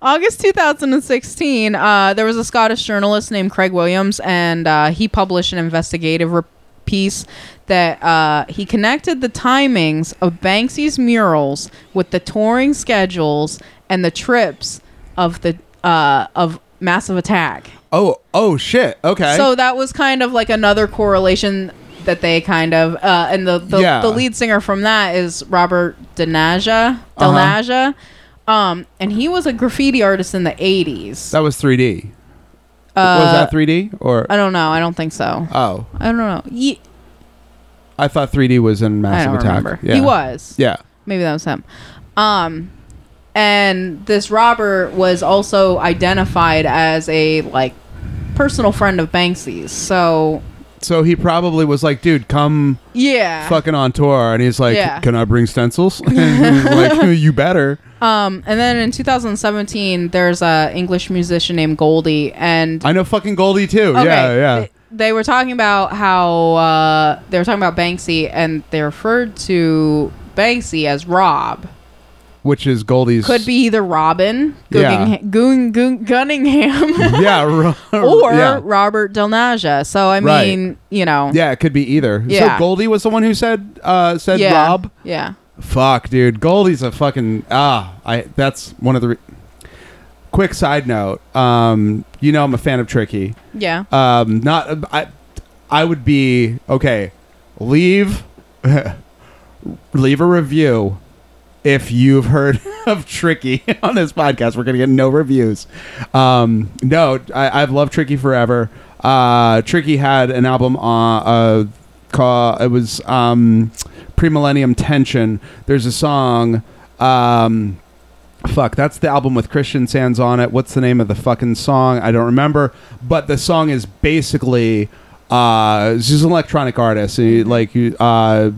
C: August 2016, uh, there was a Scottish journalist named Craig Williams, and uh, he published an investigative re- piece that uh, he connected the timings of Banksy's murals with the touring schedules and the trips of the uh, of Massive Attack.
B: oh, oh shit. Okay.
C: So that was kind of like another correlation that they kind of uh, and the the,
B: Yeah.
C: the lead singer from that is Robert Denaja Delnaja, um, and he was a graffiti artist in the '80s.
B: Uh-huh. that was 3D. was that 3D or
C: Uh, I don't know. I don't think so.
B: oh?
C: I don't know. Ye-
B: I thought 3D was in
C: I
B: Massive
C: don't
B: Attack.
C: remember.
B: Yeah.
C: He was.
B: Yeah.
C: Maybe that was him. Um, and this robber was also identified as a like personal friend of Banksy's. So
B: So he probably was like, dude, come
C: yeah.
B: fucking on tour and he's like
C: Yeah.
B: can i bring stencils like you better
C: Um, and then in 2017, there's a English musician named Goldie, and
B: i know fucking goldie too yeah
C: Okay,
B: yeah
C: th- They, were talking about how uh, they were talking about Banksy, and they referred to Banksy as Rob.
B: which is goldie's
C: Could be either Robin
B: Yeah.
C: Gunningham, Gun, Gun, Gunningham
B: yeah ro-
C: or
B: yeah.
C: Robert Delnaja. So I
B: Right.
C: mean, you know,
B: Yeah, it could be either
C: Yeah.
B: so goldie was the one who said uh said
C: yeah,
B: rob
C: yeah.
B: fuck dude goldie's a fucking ah i that's one of the re- quick side note um you know i'm a fan of tricky
C: Yeah.
B: um not i i would be okay leave leave a review if you've heard of tricky on this podcast we're gonna get no reviews um no I, i've loved tricky forever uh tricky had an album on uh call it was um premillennium tension there's a song um Fuck, that's the album with Christian Sands on it. What's the name of the fucking song? I don't remember. But the song is basically uh she's an electronic artist. And you- like you- uh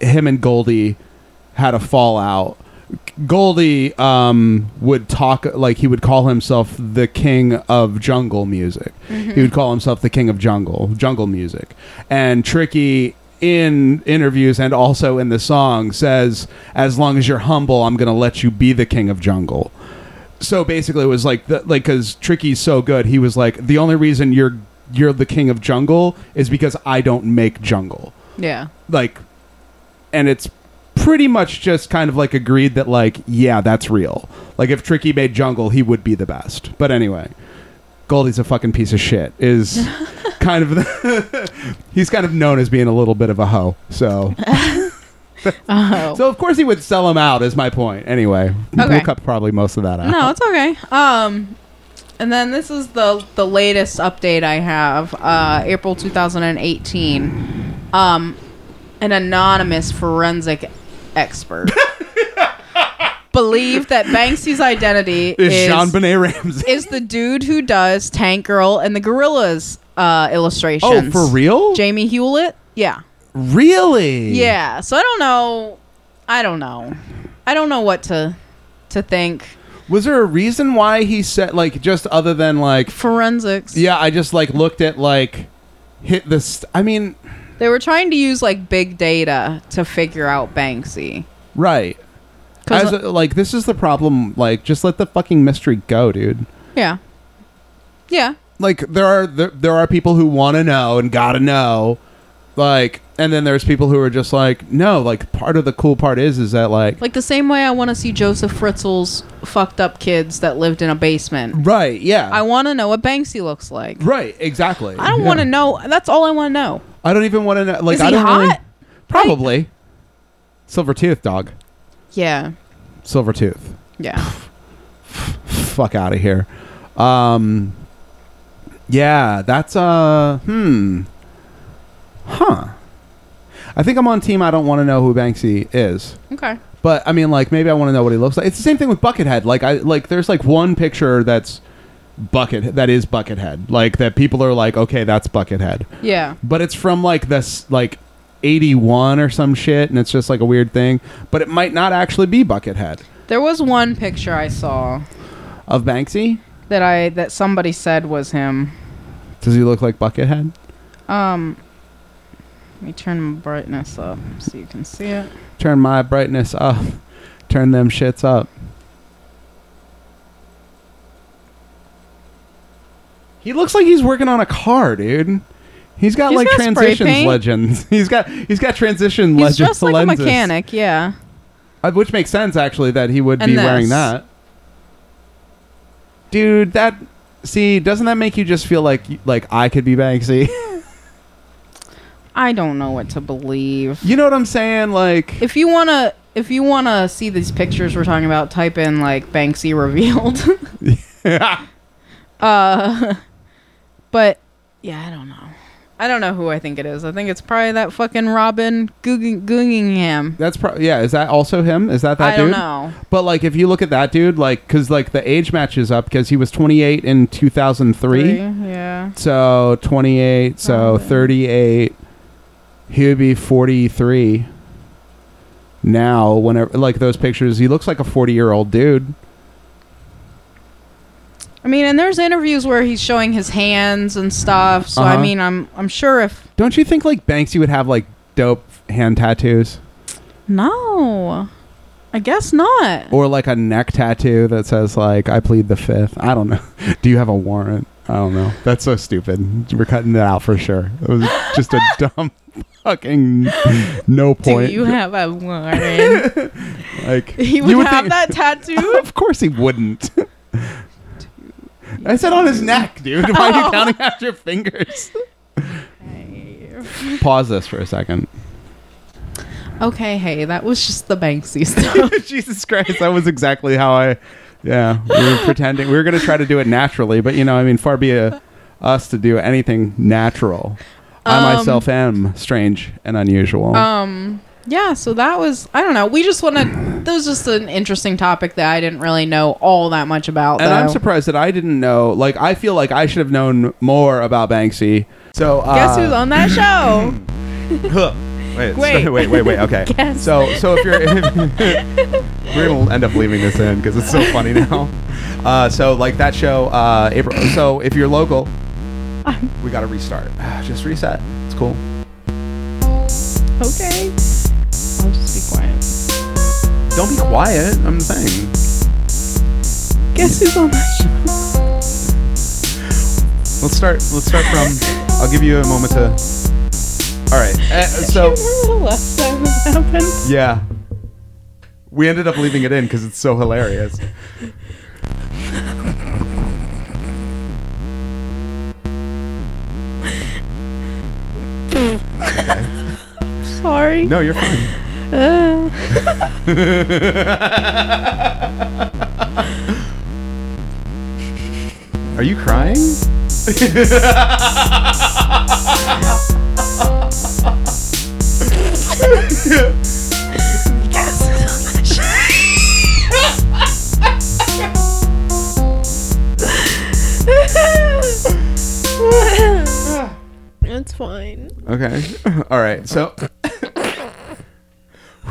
B: him and Goldie had a fallout. Goldie um, would talk like he would call himself the king of jungle music. He would call himself the king of jungle jungle music. And Tricky in interviews and also in the song says, "As long as you're humble, I'm gonna let you be the king of jungle." so basically it was like the, like because tricky's so good he was like the only reason you're you're the king of jungle is because i don't make jungle
C: yeah.
B: like and it's pretty much just kind of like agreed that like yeah that's real like if tricky made jungle he would be the best but anyway goldie's a fucking piece of shit is kind of the he's kind of known as being a little bit of a hoe so
C: Oh.
B: so of course he would sell him out is my point anyway
C: Okay.
B: we'll cut probably most of that out
C: No, it's okay. Um, and then this is the the latest update I have. Uh, April 2018. Um, an anonymous forensic expert believed that Banksy's identity
B: is,
C: is
B: Jean Benet Ramsey.
C: is the dude who does Tank Girl and the Gorillas uh, illustrations.
B: Oh, for real? Hmm.
C: Jamie Hewlett. Yeah.
B: Really?
C: Yeah. So I don't know. I don't know. I don't know what to to think.
B: Was there a reason why he said like just other than like
C: Forensics.
B: yeah, I just like looked at like hit this I mean,
C: They were trying to use like big data to figure out Banksy.
B: right.
C: 'Cause, uh,
B: As a- like this is the problem like just let the fucking mystery go, dude.
C: yeah. Yeah.
B: Like there are there, there are people who want to know and got to know Like, and then there's people who are just like, no, like part of the cool part is, is that like,
C: Like the same way I want to see Joseph Fritzl's fucked up kids that lived in a basement.
B: right, yeah,
C: I want to know what Banksy looks like.
B: right, exactly.
C: I don't
B: Yeah.
C: want to know. That's all I want to know.
B: I don't even want to know. Like,
C: Is
B: I
C: he
B: don't really-
C: hot?
B: probably silver tooth dog,
C: Yeah.
B: silver tooth.
C: Yeah.
B: fuck out of here. Um, yeah, that's uh, hmm, huh. I think I'm on team. I don't want to know who Banksy is,
C: Okay.
B: but I mean, like maybe I want to know what he looks like. It's the same thing with Buckethead. Like I like there's like one picture that's bucket that is Buckethead. Like that people are like, okay, that's Buckethead,
C: Yeah.
B: but it's from like this like. 81 or some shit and it's just like a weird thing but it might not actually be buckethead
C: There was one picture I saw
B: of banksy
C: that I that somebody said was him.
B: does he look like buckethead
C: Um let me turn my brightness up so you can see it.
B: Turn my brightness up. Turn them shits up. He looks like he's working on a car, dude. He's got
C: He's
B: like
C: got spray
B: transitions
C: paint.
B: legends. He's got he's got transition
C: He's
B: legends.
C: just like
B: lenses.
C: a mechanic, yeah.
B: Uh, which makes sense actually that he would be
C: And this.
B: wearing that. Dude, that see doesn't that make you just feel like y- like I could be Banksy?
C: I don't know what to believe.
B: you know what I'm saying? Like
C: If you want to if you want to see these pictures we're talking about, type in like Banksy revealed. uh but yeah, I don't know. I don't know who I think it is. I think it's probably that fucking Robin Googing- Googingham.
B: that's pro- yeah. Is that also him? Is that that
C: I
B: dude?
C: don't know.
B: But like, if you look at that dude, like, because like the age matches up because he was 28 in 2003,
C: Yeah.
B: so 28, so 38, he would be 43. Now, whenever like those pictures, he looks like a 40 year old dude.
C: I mean, and there's interviews where he's showing his hands and stuff. So
B: Uh-huh.
C: I mean, I'm I'm sure if
B: Don't you think like Banksy would have like dope hand tattoos
C: no, I guess not.
B: or like a neck tattoo that says like I plead the fifth? I don't know. Do you have a warrant? I don't know. That's so stupid. We're cutting that out for sure. It was just a dumb fucking no point.
C: Do you have a warrant?
B: Like
C: he
B: you
C: would, have
B: think-
C: that tattoo.
B: Of course he wouldn't. I said on his neck, dude. Why
C: Oh.
B: are you counting out your fingers? Pause this for a second.
C: okay, hey, that was just the Banksy stuff.
B: Jesus Christ, that was exactly how I. Yeah, we were pretending we were going to try to do it naturally, but you know, I mean, far be a, us to do anything natural. I
C: Um,
B: myself am strange and unusual.
C: um, yeah. So that was I don't know. We just want to. That was just an interesting topic that I didn't really know all that much about.
B: and I'm
C: though.
B: surprised that I didn't know. Like, I feel like I should have known more about Banksy. So, uh,
C: Guess who's on that show?
E: Wait,
C: Wait.
E: wait, wait, wait. Okay.
C: Guess.
E: So, so if you're, we're gonna end up leaving this in because it's so funny now. Uh, so, like that show, uh, April. So, if you're local, we got to restart. Just reset. It's cool.
C: okay. I'll just be quiet.
E: Don't be quiet. I'm saying.
C: Guess who's on that show?
E: Let's start. Let's start from. I'll give you a moment to. All right. Uh,
B: Oh.
E: so,
C: Remember the last time this happened?
E: yeah. We ended up leaving it in because it's so hilarious.
C: Sorry.
E: No, you're fine.
C: Uh,
E: Are you crying?
F: It's fine.
E: Okay. All right. So.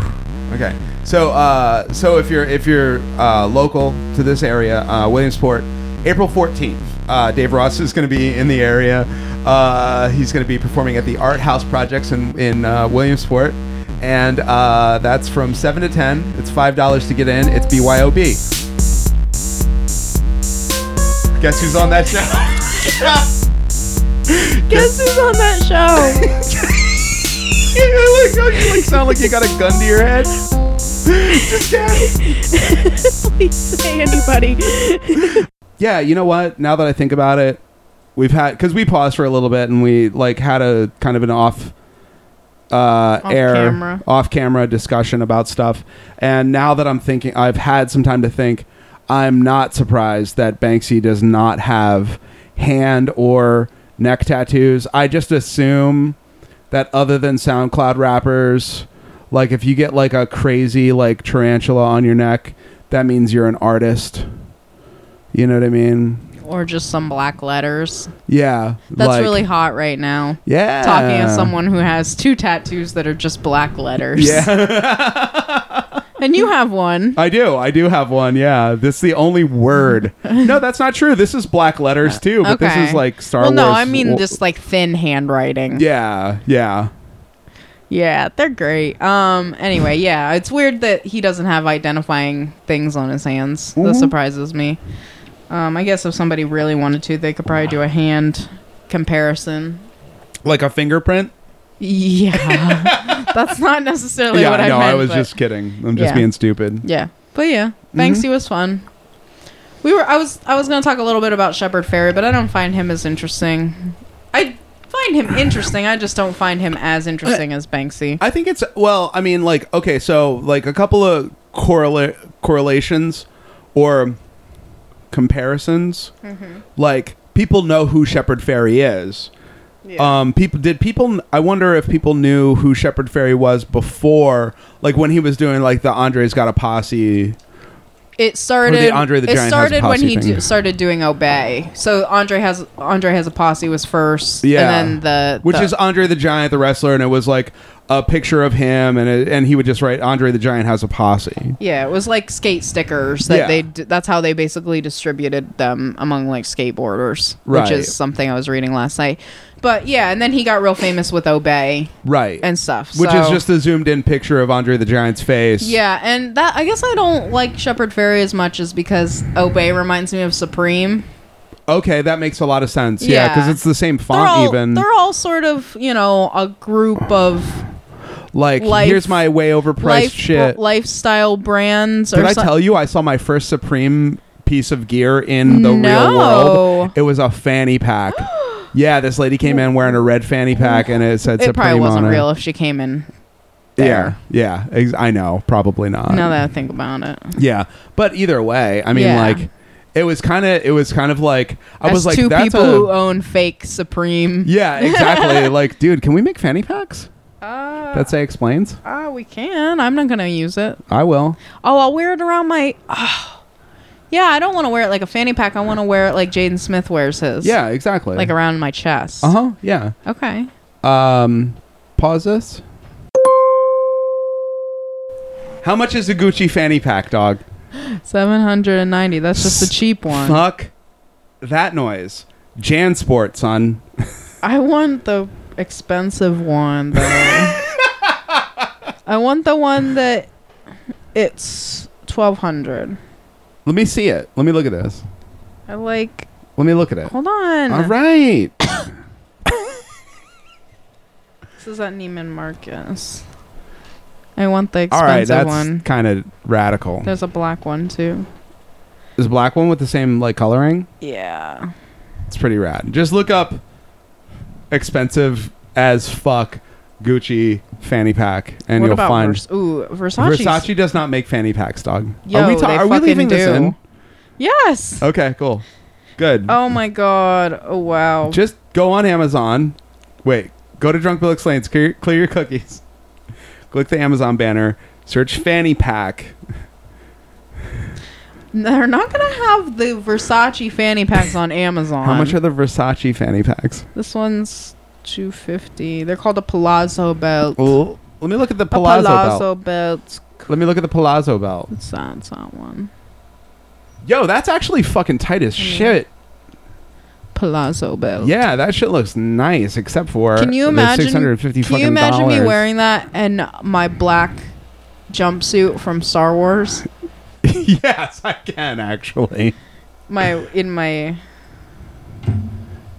E: okay. So uh, so if you're if you're uh, local to this area, uh, Williamsport, April fourteenth, uh, Dave Ross is going to be in the area. Uh, he's going to be performing at the Art House Projects in in uh, Williamsport. And uh, that's from 7 to 10. It's $5 to get in. It's BYOB. Guess who's on that show?
C: guess who's on that show?
B: Yeah, like, oh, you like sound like you got a gun to your head. Just kidding.
C: Please say anybody.
B: yeah, you know what? Now that I think about it, we've had because we paused for a little bit and we like had a kind of an off uh air
C: camera.
B: off camera discussion about stuff. And now that I'm thinking I've had some time to think, I'm not surprised that Banksy does not have hand or neck tattoos. I just assume that other than SoundCloud rappers, like if you get like a crazy like tarantula on your neck, that means you're an artist. You know what I mean?
C: or just some black letters.
B: Yeah.
C: That's
B: like-
C: really hot right now.
B: yeah.
C: Talking to someone who has two tattoos that are just black letters.
B: Yeah,
C: And you have one.
B: I do. I do have one. Yeah, this is the only word. No, that's not true. This is black letters too, but this is like Star
C: well,
B: Wars.
C: no, I mean
B: wo-
C: just like thin handwriting.
B: Yeah, yeah,
C: Yeah, they're great. Um anyway, yeah, it's weird that he doesn't have identifying things on his hands.
B: Mm-hmm.
C: That surprises me. Um I guess if somebody really wanted to, they could probably do a hand comparison.
B: like a fingerprint.
C: Yeah. That's not necessarily
B: yeah,
C: what I
B: no,
C: meant.
B: I was
C: but-
B: just Mm-hmm. kidding. I'm just
C: Yeah.
B: being stupid.
C: Yeah. But yeah, Banksy was fun. We were I was I was going to talk a little bit about Shepard Fairey, but I don't find him as interesting. I find him interesting. I just don't find him as interesting as Banksy.
B: I think it's well. I mean, like okay, so like a couple of correla- correlations or comparisons.
C: Mm-hmm.
B: Like people know who Shepard Fairey is. Um, people did people. I wonder if people knew who Shepard Fairey was before, like when he was doing like the Andre's Got a Posse.
C: It started
B: Andre the
C: it
B: Giant has a
C: started when
B: posse
C: he
B: thing.
C: do, started doing Obey. So Andre has Andre has a posse was first
B: Yeah.
C: and then the
B: which
C: the-
B: is Andre the Giant, the wrestler, and it was like a picture of him, and it, and he would just write Andre the Giant has a posse.
C: yeah, it was like skate stickers that
B: Yeah.
C: they d- that's how they basically distributed them among like skateboarders,
B: Right.
C: which is something I was reading last night. But yeah, and then he got real famous with Obey.
B: Right.
C: and stuff.
B: which is
C: so-
B: just a zoomed in picture of Andre the Giant's face.
C: yeah, and that I guess I don't like Shepherd Fairy as much is because Obey reminds me of Supreme.
B: Okay, that makes a lot of sense. Yeah,
C: Yeah.
B: because it's the same
C: They're
B: font.
C: all
B: even
C: they're all sort of you know a group of
B: like
C: life-
B: here's my way overpriced
C: life
B: shit.
C: lifestyle brands.
B: Did
C: or
B: I
C: so-
B: tell you I saw my first Supreme piece of gear in the real
C: No.
B: world? It was a fanny pack. yeah, this lady came in wearing a red fanny pack, and it said
C: It
B: Supreme
C: probably wasn't
B: on
C: real if she came in.
B: It. Yeah,
C: there.
B: yeah, ex- I know, probably not.
C: now that I think about it,
B: Yeah, but either way, I mean,
C: Yeah.
B: like, it was kind of, it was kind of like I
C: As
B: was like,
C: two
B: that's
C: people
B: a-
C: who own fake Supreme.
B: yeah, exactly. like, dude, can we make fanny packs?
C: Uh,
B: That's a explains.
C: uh, we can. I'm not gonna use it.
B: I will.
C: Oh, I'll wear it around my. ah. Yeah, I don't want to wear it like a fanny pack. I want to wear it like Jaden Smith wears his.
B: Yeah, exactly.
C: like around my chest.
B: Uh huh. Yeah.
C: Okay.
B: Um, pause this. How much is a Gucci fanny pack, dog?
C: 790. That's just a cheap one.
B: Fuck that noise. JanSport, son.
C: I want the expensive one, though. I want the one that it's 1200.
B: Let me see it. Let me look at this.
C: I like.
B: Let me look at it.
C: Hold on.
B: All right.
C: This is at Neiman Marcus. I want the
B: All
C: expensive
B: right. That's
C: one.
B: kind of radical.
C: There's a black one, too.
B: Is a black one with the same like coloring?
C: Yeah.
B: It's pretty rad. Just look up expensive as fuck Gucci fanny pack, and
C: what
B: you'll
C: about
B: find
C: Vers- Ooh, Versace's.
B: Versace does not make fanny packs, dog.
C: Yo,
B: are we ta-
C: they
B: are we
C: fucking
B: leaving
C: do.
B: this in?
C: Yes.
B: Okay, cool, good.
C: Oh my god. Oh wow.
B: Just go on Amazon. Wait, go to Drunk Bill Explains. Clear, clear your cookies. Click the Amazon banner. Search fanny pack.
C: They're not gonna have the Versace fanny packs on Amazon.
B: How much are the Versace fanny packs?
C: this one's two fifty. They're called a palazzo belt.
B: Well, let me look at the
C: a
B: palazzo, belt.
C: palazzo belt.
B: Let me look at the palazzo belt.
C: It's not, it's not one.
B: Yo, that's actually fucking tight as shit.
C: Palazzo Mm. belt.
B: Yeah, that shit looks nice, except for
C: Can you
B: the
C: imagine?
B: 650
C: can
B: fucking
C: you imagine me
B: dollars.
C: wearing that and my black jumpsuit from Star Wars?
B: yes, I can actually.
C: My in my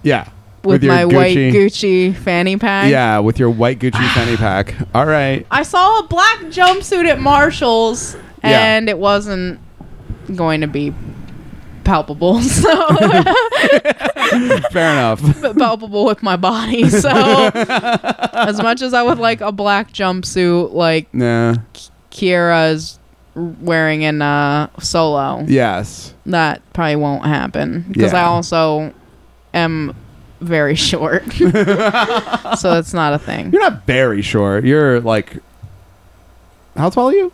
B: Yeah,
C: with,
B: With your
C: my white
B: Gucci.
C: Gucci fanny pack.
B: Yeah, with your white Gucci fanny pack. All right.
C: I saw a black jumpsuit at Marshalls,
B: Yeah.
C: and it wasn't going to be palpable, so
B: Fair enough.
C: but palpable with my body. So as much as I would like a black jumpsuit, like
B: Nah.
C: Kiera's wearing in uh, Solo,
B: Yes.
C: that probably won't happen because I
B: Yeah.
C: also am very short, so it's not a thing.
B: You're not very short. You're like, how tall are you?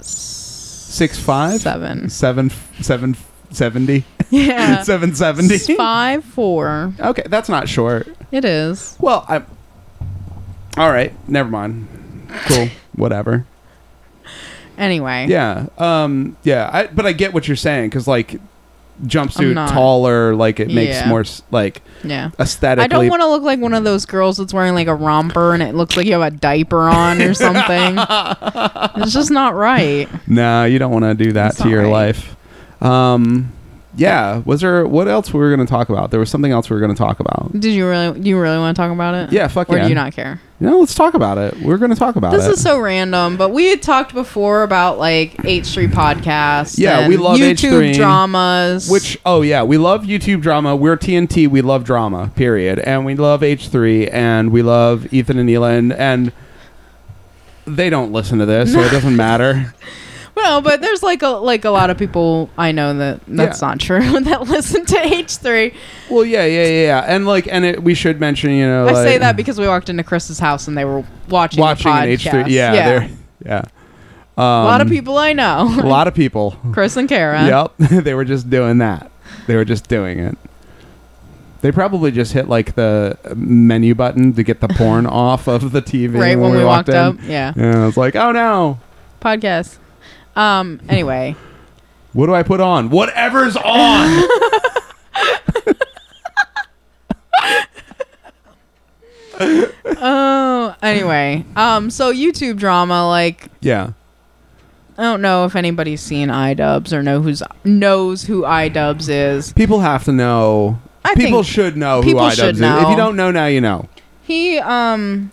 B: Six five.
C: Seven.
B: Seven. f- Seven. f- Seventy.
C: Yeah.
B: Seven seventy.
C: It's Five four.
B: Okay, that's not short.
C: It is.
B: Well, I. All right. Never mind. Cool. Whatever.
C: Anyway.
B: Yeah. Um. Yeah. I. But I get what you're saying because like,
C: I'm
B: jumpsuit
C: not.
B: taller. Like it makes
C: Yeah.
B: more s- like
C: Yeah.
B: aesthetically.
C: I don't want to look like one of those girls that's wearing like a romper and it looks like you have a diaper on or something. it's just not right.
B: No, you don't want to do that
C: It's
B: to your
C: alright.
B: life. Um. Yeah. Was there what else we were going to talk about? There was something else we were going to talk about.
C: Did you really do you really want to talk about it?
B: Yeah, fuck
C: Or
B: yeah.
C: do you not care?
B: No, let's talk about it. We're going to talk about
C: This
B: it.
C: is so random, but we had talked before about like H three podcasts.
B: Yeah,
C: and
B: we love
C: YouTube
B: H3,
C: dramas.
B: Which oh yeah, we love YouTube drama. We're TNT. We love drama. Period. And we love H three. And we love Ethan and Neela. And, and they don't listen to this, so it doesn't matter.
C: well, but there's like a like a lot of people I know that that's
B: Yeah.
C: not true that listen to H three.
B: Well, yeah, yeah, yeah, yeah. And like, and it, we should mention, you know,
C: I
B: like,
C: say that because we walked into Chris's house and they were watching
B: watching
C: the
B: an H
C: podcast.
B: three. Yeah, yeah. yeah. Um,
C: a lot of people I know.
B: A lot of people.
C: Chris and Kara.
B: Yep, they were just doing that. They were just doing it. They probably just hit like the menu button to get the porn off of the TV
C: Right when, we walked, up. Yeah.
B: Yeah, it's like, oh no,
C: Podcast. Um. Anyway,
B: what do I put on? Whatever's on.
C: oh, anyway. Um. So YouTube drama, like
B: yeah,
C: I don't know if anybody's seen iDubbbz or know who's knows who iDubbbz is.
B: people have to know.
C: I
B: people
C: think
B: should know
C: people
B: who iDubbbz
C: should
B: is. If
C: know.
B: you don't know now, you know.
C: He um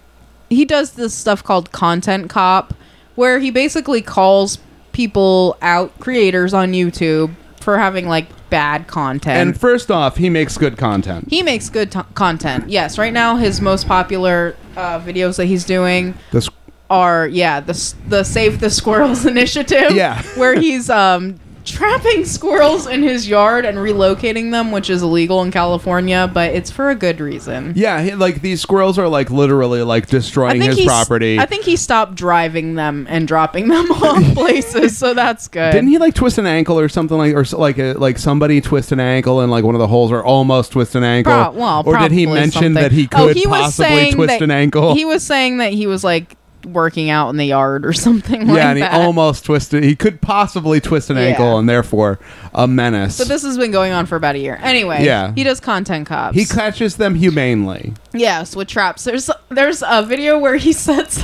C: he does this stuff called Content Cop, where he basically calls people out, creators on YouTube for having like bad content.
B: And first off, he makes good content.
C: he makes good t- content. Yes, right now his most popular uh, videos that he's doing
B: This
C: are yeah the s- the Save the Squirrels initiative.
B: Yeah.
C: where he's um trapping squirrels in his yard and relocating them, which is illegal in California, but it's for a good reason.
B: yeah, he, like these squirrels are like literally like destroying his
C: he s-
B: property.
C: I think he stopped driving them and dropping them off places, so that's good.
B: Didn't he like twist an ankle or something like or so- like uh, like somebody twist an ankle and like one of the holes or almost twist an ankle?
C: Pro- well,
B: or did he
C: probably
B: mention
C: something.
B: that he
C: Oh,
B: could
C: was
B: possibly
C: saying
B: twist
C: that-
B: an ankle?
C: He was saying that he was like working out in the yard or something like
B: yeah, and he
C: that.
B: almost twisted. He could possibly twist an
C: Yeah.
B: ankle and therefore a menace.
C: so this has been going on for about a year. Anyway,
B: Yeah.
C: he does content cops.
B: he catches them humanely.
C: Yes, with traps. There's there's a video where he sets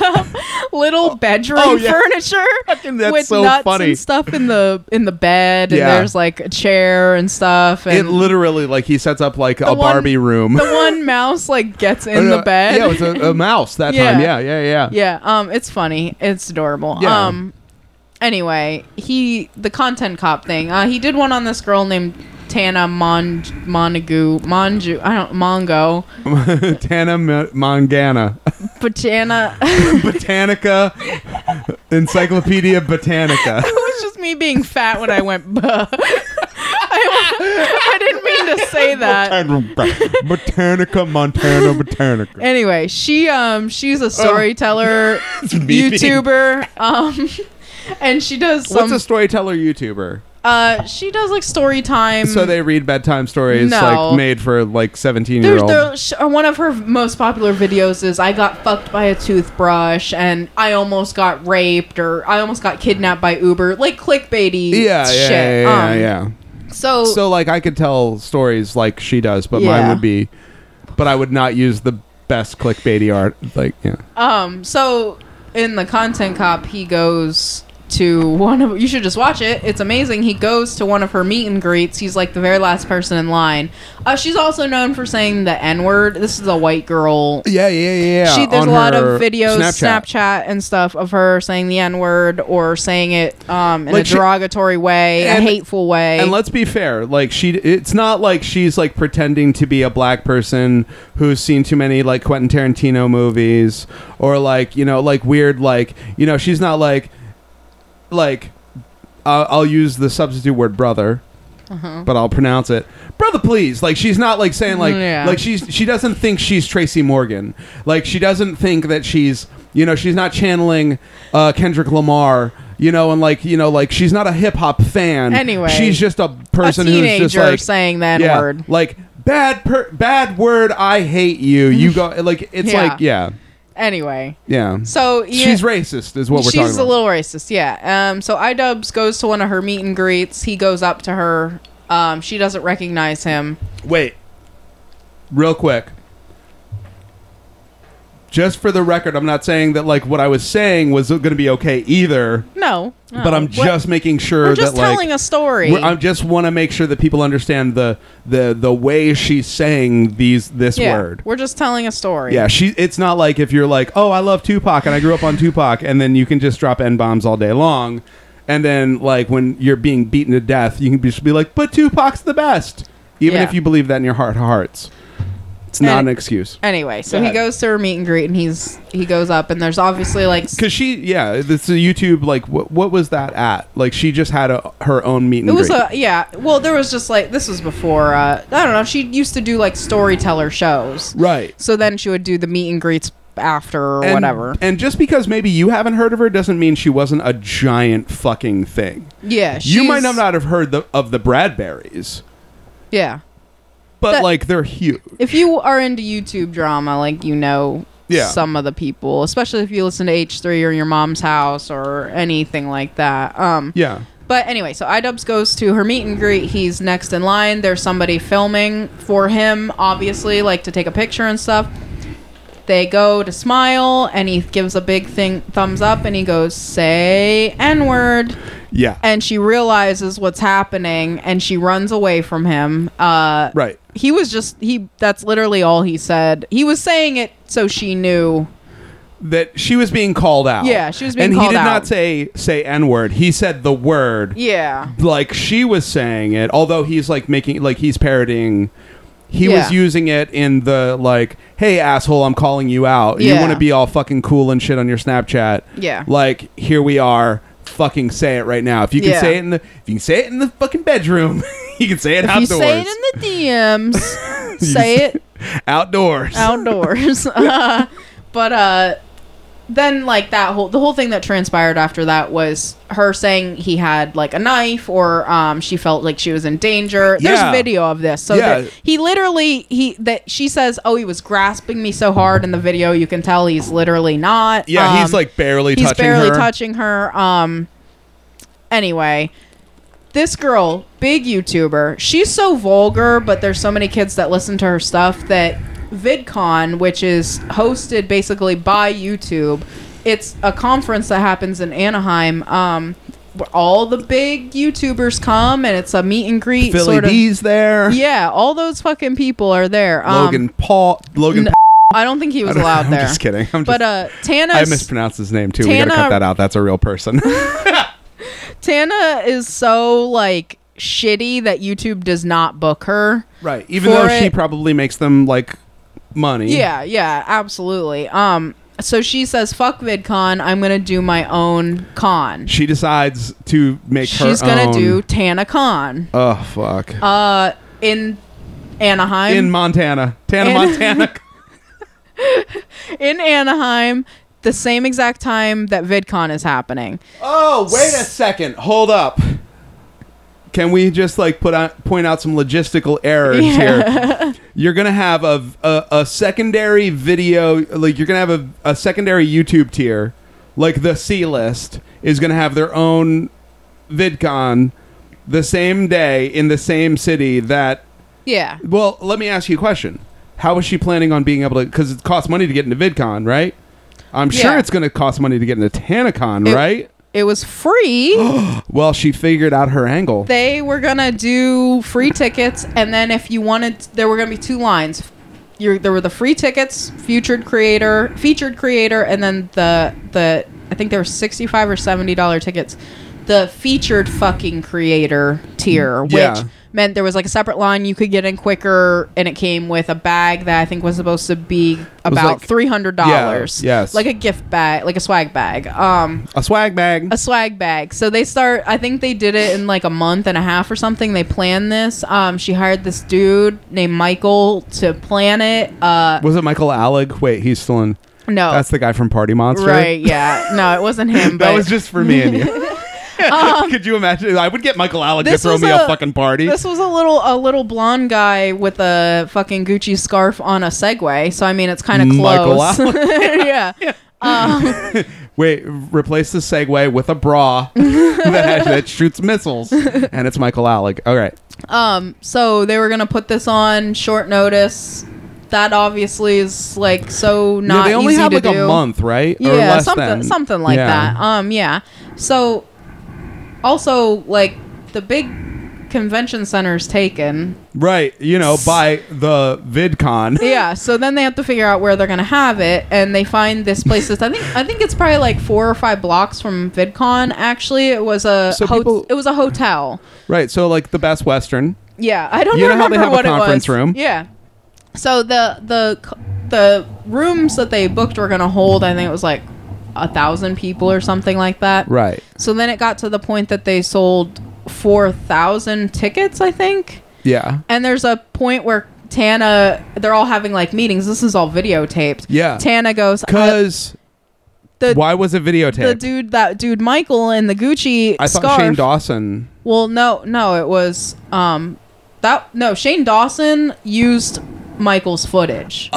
C: up little bedroom
B: Oh, yeah.
C: furniture
B: that's
C: with
B: so
C: nuts
B: funny.
C: and stuff in the in the bed, and
B: Yeah.
C: there's like a chair and stuff. And
B: It literally like he sets up like a
C: one-
B: Barbie room
C: the one mouse like gets in
B: Uh,
C: the bed.
B: Yeah, it was a, a mouse that
C: Yeah.
B: time. Yeah, yeah, yeah.
C: yeah um it's funny it's adorable
B: Yeah.
C: um anyway he the content cop thing uh he did one on this girl named tana Mon- montagu monju i don't mongo
B: Tana M- Mongana,
C: but tana
B: Botanica, Encyclopedia Botanica.
C: it was just me being fat when i went buh. I, I didn't mean to say that
B: Botanica, Montana, Botanica.
C: anyway she um she's a storyteller
B: Oh. me being-
C: youtuber um and she does some
B: What's a storyteller YouTuber?
C: uh she does like story time
B: So they read bedtime stories
C: Mm. No.
B: like made for like seventeen year
C: There's
B: old.
C: there, sh- uh, one of her most popular videos is I got fucked by a toothbrush and I almost got raped or I almost got kidnapped by Uber, like clickbaity
B: yeah, yeah,
C: shit.
B: yeah, yeah,
C: Um,
B: yeah.
C: So,
B: So like I could tell stories like she does, but mine
C: Yeah.
B: would be, but I would not use the best
C: Uh,
B: clickbaity art. Like yeah,
C: um, so in the content cop, he goes to one of you should just watch it. It's amazing. He goes to one of her meet and greets. He's like the very last person in line. Uh, she's also known for saying the N word. This is a white girl.
B: Yeah, yeah, yeah.
C: she there's
B: on
C: a lot
B: her
C: of videos, Snapchat.
B: Snapchat.
C: and stuff of her saying the N word or saying it um, in
B: Like
C: a
B: she-
C: derogatory way,
B: and-
C: a hateful way.
B: And let's be fair, like she it's not like she's like pretending to be a black person who's seen too many like Quentin Tarantino movies or like, you know, like weird like, you know, she's not like like I'll, I'll use the substitute word brother. But I'll pronounce it, brother. Please, like she's not like saying like
C: Yeah.
B: like she's she doesn't think she's Tracy Morgan. Like she doesn't think that she's you know she's not channeling uh, Kendrick Lamar. You know, and like you know, like she's not a hip hop fan.
C: Anyway.
B: she's just a
C: a
B: person who's
C: teenager
B: just like
C: saying the N
B: yeah,
C: word.
B: like bad per- bad word. I hate you. You go like it's
C: Yeah.
B: like yeah
C: Anyway,
B: yeah.
C: so yeah,
B: she's racist is what we're talking
C: she's a
B: about.
C: little racist yeah um so idubs goes to one of her meet and greets he goes up to her um she doesn't recognize him
B: Wait. Real quick. Just for the record, I'm not saying that like what I was saying was going to be okay either,
C: no, no.
B: but I'm
C: We're-
B: just making sure
C: we're just
B: that like
C: telling a story
B: we're- I just want to make sure that people understand the the the way she's saying these this
C: yeah,
B: word.
C: we're just telling a story
B: Yeah, she. It's not like if you're like, oh, I love Tupac and I grew up on Tupac, and then you can just drop n bombs all day long, and then like when you're being beaten to death, you can just be like, but Tupac's the best, even
C: Yeah.
B: if you believe that in your heart of hearts. It's not
C: And-
B: an excuse
C: anyway so
B: Go
C: he
B: ahead.
C: goes to her meet and greet and he's he goes up and there's obviously like s-
B: because she, yeah, this is YouTube. Like, what what was that at? Like, she just had a, her own meet and
C: it was
B: greet.
C: a yeah well there was just like this was before uh i don't know she used to do like storyteller shows
B: right.
C: so then she would do the meet and greets after or
B: And-
C: whatever
B: And just because maybe you haven't heard of her doesn't mean she wasn't a giant fucking thing.
C: yeah
B: You might
C: she's-
B: not have heard the, of the Bradberries,
C: yeah
B: but
C: That-
B: like they're huge.
C: if you are into YouTube drama, like you know
B: Yeah.
C: some of the people, especially if you listen to H3 or your mom's house or anything like that. Um
B: Yeah.
C: but anyway, so Idubs goes to her meet and greet. He's next in line. There's somebody filming for him, obviously, like to take a picture and stuff. They go to smile and he gives a big thing thumbs up and he goes, "Say N-word."
B: Yeah.
C: And she realizes what's happening and she runs away from him. Uh
B: right.
C: he was just he that's literally all he said he was saying it so she knew
B: That she was being called out.
C: Yeah, she was being
B: and
C: called
B: he did not
C: out.
B: say say N word. He said the word
C: yeah
B: like she was saying it, although he's like making like he's parroting he
C: Yeah.
B: was using it in the like, hey asshole, I'm calling you out. You
C: Yeah.
B: wanna be all fucking cool and shit on your Snapchat.
C: Yeah.
B: Like, here we are, fucking say it right now. If you can
C: Yeah.
B: say it in the if you can say it in the fucking bedroom, you can say it
C: if you
B: outdoors.
C: say it in the dms say it
B: outdoors.
C: Um, outdoors Uh, but uh then like that whole the whole thing that transpired after that was her saying he had like a knife or um she felt like she was in danger
B: Yeah.
C: there's video of this so
B: Yeah.
C: that he literally he that she says oh he was grasping me so hard in the video you can tell he's literally not
B: yeah, he's
C: Um,
B: like barely
C: he's
B: touching
C: barely
B: her.
C: touching her um anyway this girl big youtuber she's so vulgar but there's so many kids that listen to her stuff that vidcon which is hosted basically by youtube it's a conference that happens in anaheim um where all the big youtubers come and it's a meet and greet
B: Philly
C: sort of
B: D's there.
C: yeah all those fucking people are there um
B: Logan Paul. Logan.
C: no,
B: Paul-
C: i don't think he was
B: don't-
C: allowed
B: I'm
C: there
B: just kidding. I'm
C: but uh tana
B: I mispronounced his name too. we gotta
C: Tana-
B: cut that out. That's a real person.
C: Tana is so like shitty that YouTube does not book her.
B: right. Even
C: For
B: though she
C: it-
B: probably makes them like money.
C: Yeah, yeah, absolutely. Um so she says fuck VidCon, I'm going to do my own con.
B: She decides to make her.
C: She's going
B: own-
C: to do Tana Con.
B: Oh fuck.
C: Uh in Anaheim.
B: in Montana, Tana,
C: In-
B: Montana.
C: in Anaheim, the same exact time that VidCon is happening.
B: oh wait a second. Hold up. Can we just like put out point out some logistical errors here? You're gonna have a, a a secondary video, like you're gonna have a, a secondary YouTube tier, like the C list is gonna have their own VidCon the same day in the same city that
C: Yeah.
B: Well, let me ask you a question. How is she planning on being able to? Because it costs money to get into VidCon, right? I'm sure
C: Yeah.
B: it's going to cost money to get into TanaCon,
C: It-
B: right?
C: It was free.
B: Well, she figured out her angle.
C: they were gonna do free tickets, and then if you wanted, there were gonna be two lines. you there were the free tickets, featured creator, featured creator, and then the the I think there were sixty five or seventy dollar tickets. The featured fucking creator tier, which
B: Mm, Yeah.
C: meant there was like a separate line you could get in quicker, and it came with a bag that I think was supposed to be about
B: like-
C: three hundred dollars.
B: Yeah, yes.
C: like a gift bag, like a swag bag. Um,
B: A swag bag.
C: a swag bag. So they start. I think they did it in like a month and a half or something. They planned this. Um, she hired this dude named Michael to plan it. Uh,
B: Was it Michael Alec? Wait, he's still in.
C: no,
B: That's the guy from Party Monster.
C: Oh. right. Yeah, no, it wasn't
B: That
C: him. but Um,
B: was just for me and you. Could you imagine? I would get Michael Alec to
C: This
B: throw
C: was
B: me a,
C: a-
B: fucking party.
C: This was a little a little blonde guy with a fucking Gucci scarf on a Segway. So I mean, it's kind of
B: Michael
C: close. yeah.
B: Wait, replace the Segway with a bra that, has- that shoots missiles, and it's Michael Alec. All right.
C: Um. So they were gonna put this on short notice. That obviously is like so
B: Yeah,
C: not.
B: they only
C: easy
B: have
C: to
B: like a
C: do.
B: month, right?
C: yeah,
B: or less
C: something
B: than.
C: something like
B: Yeah.
C: that. Um, yeah. So also like the big convention center's taken.
B: Right. You know, by the VidCon.
C: Yeah. So then they have to figure out where they're gonna have it, and they find this place. That's, I think I think it's probably like four or five blocks from VidCon. Actually, it was a
B: So
C: ho-
B: people-
C: it was a hotel.
B: Right. So like the Best Western.
C: Yeah, I don't
B: You know how
C: remember
B: they have a
C: what
B: conference
C: it was.
B: room?
C: Yeah. So the the c- the rooms that they booked were gonna hold. I think it was like a thousand people or something like that.
B: Right.
C: So then it got to the point that they sold 4,000 tickets, I think.
B: Yeah.
C: And there's a point where Tana, they're all having like meetings. This is all videotaped.
B: Yeah.
C: Tana goes, uh,
B: Because
C: the,
B: why was it
C: the
B: videotaped?
C: dude, that dude Michael in the Gucci
B: I
C: scarf.
B: thought Shane Dawson.
C: Well, no, no, it was, um, that, no, Shane Dawson used Michael's footage.